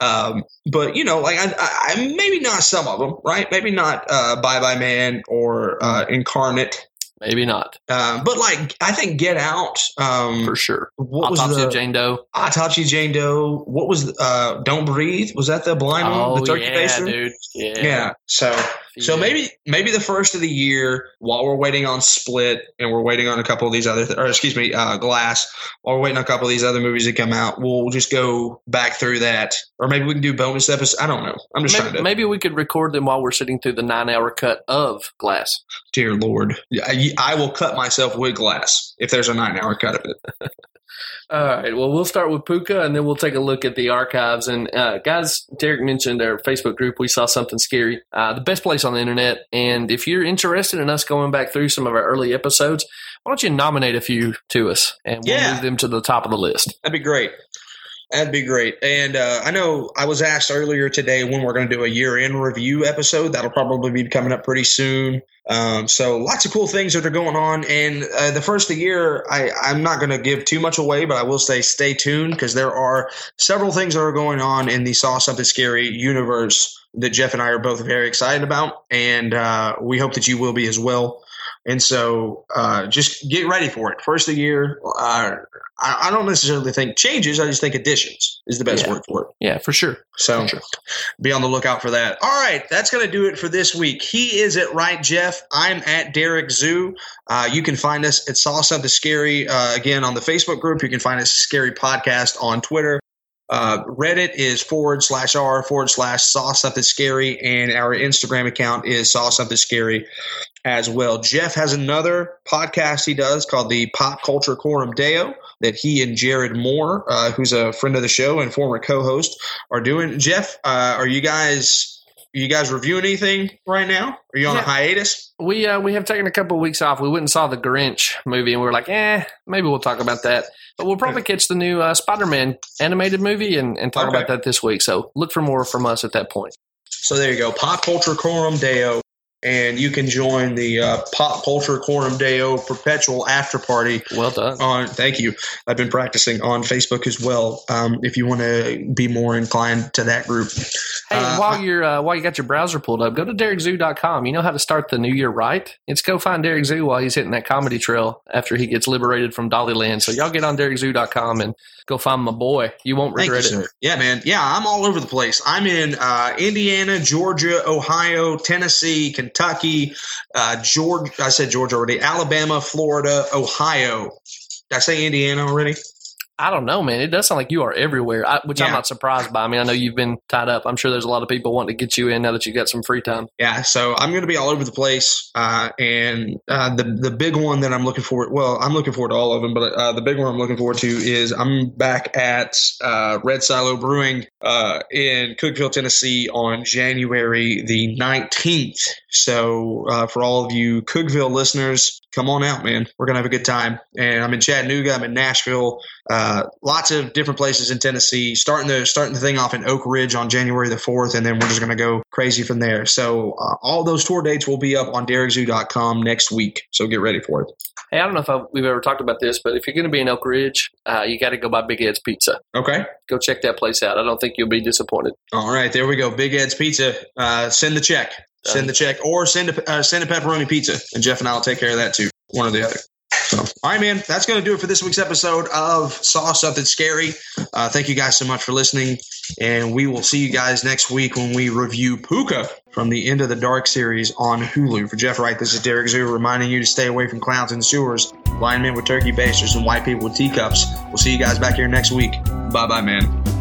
um, but you know, like I, I, I- maybe not some of them, right? Maybe not uh, Bye Bye Man or uh, Incarnate. Maybe not, Um, but like I think Get Out. Um, for sure. what was Autopsy the of Jane Doe. Autopsy Jane Doe? What was uh, Don't Breathe? Was that the blind one? Oh, The turkey yeah, baster? dude. Yeah. yeah. So So Yeah. maybe maybe the first of the year, while we're waiting on Split and we're waiting on a couple of these other, th- or excuse me, uh, Glass, while we're waiting on a couple of these other movies to come out, we'll just go back through that, or maybe we can do bonus episodes. I don't know. I'm just trying Maybe, to. maybe we could record them while we're sitting through the nine hour cut of Glass. Dear Lord, Yeah, I, I will cut myself with Glass if there's a nine hour cut of it. All right. Well, we'll start with Puka, and then we'll take a look at the archives. And uh, guys, Derek mentioned our Facebook group. We saw something scary. Uh, the best place on the internet. And if you're interested in us going back through some of our early episodes, why don't you nominate a few to us, and we'll Yeah. move them to the top of the list. That'd be great. That'd be great. And uh, I know I was asked earlier today when we're going to do a year end review episode. That'll probably be coming up pretty soon. Um, so lots of cool things that are going on. And uh, the first of the year, I, I'm not going to give too much away, but I will say stay tuned because there are several things that are going on in the Saw Something Scary universe that Jeff and I are both very excited about. And uh, we hope that you will be as well. And so uh, just get ready for it. First of the year, uh, I, I don't necessarily think changes. I just think additions is the best Yeah. word for it. Yeah, for sure. So For sure. be on the lookout for that. All right, that's going to do it for this week. He is at Right Jeff. I'm at Derek Zoo. Uh, you can find us at Saw Something Scary uh, again on the Facebook group. You can find us Scary Podcast on Twitter. Uh, Reddit is forward slash r forward slash saw something scary, and our Instagram account is saw something scary as well. Jeff has another podcast he does called the Pop Culture Corum Deo that he and Jared Moore, uh, who's a friend of the show and former co-host, are doing. Jeff, uh, are you guys are you guys reviewing anything right now? Are you on Yeah. a hiatus? We uh, we have taken a couple of weeks off. We went and saw the Grinch movie, and we were like, eh, maybe we'll talk about that. But we'll probably catch the new uh, Spider Man animated movie and, and talk Okay. about that this week. So look for more from us at that point. So there you go, Pop Culture Corum Deo, and you can join the uh, Pop Culture Corum Deo Perpetual After Party Well done. on thank you i've been practicing on facebook as well um, if you want to be more inclined to that group Hey, Uh, while you're uh, while you got your browser pulled up, go to derekzoo.com. You know how to start the new year right? It's go find Derek Zoo while he's hitting that comedy trail after he gets liberated from Dollyland. So y'all get on derekzoo.com and go find my boy. You won't Thank you, regret it. sir. Yeah, man. Yeah, I'm all over the place. I'm in uh, Indiana, Georgia, Ohio, Tennessee, Kentucky, uh, Georgia. I said Georgia already. Alabama, Florida, Ohio. Did I say Indiana already? I don't know, man. It does sound like you are everywhere, I, which I'm Yeah. not surprised by. I mean, I know you've been tied up. I'm sure there's a lot of people wanting to get you in now that you've got some free time. Yeah, so I'm going to be all over the place, uh, and uh, the the big one that I'm looking forward. Well, I'm looking forward to all of them, but uh, the big one I'm looking forward to is I'm back at uh, Red Silo Brewing uh, in Cookville, Tennessee, on January the 19th. So uh, for all of you Cookville listeners, come on out, man. We're gonna have a good time. And I'm in Chattanooga. I'm in Nashville. Uh, lots of different places in Tennessee. Starting the starting the thing off in Oak Ridge on January the fourth, and then we're just going to go crazy from there. So uh, all those tour dates will be up on DerekZoo.com next week. So get ready for it. Hey, I don't know if I, we've ever talked about this, but if you're going to be in Elk Ridge, uh, you got to go by Big Ed's Pizza. Okay. Go check that place out. I don't think you'll be disappointed. All right. There we go. Big Ed's Pizza. Uh, send the check. Send the check, or send a uh, send a pepperoni pizza, and Jeff and I'll take care of that too. One or the other. So, all right, man, that's going to do it for this week's episode of Saw Something Scary. Uh, thank you guys so much for listening, and we will see you guys next week when we review Puka from the End of the Dark series on Hulu. For Jeff Wright, this is Derek Zoo reminding you to stay away from clowns in sewers, blind men with turkey basters, and white people with teacups. We'll see you guys back here next week. Bye bye, man.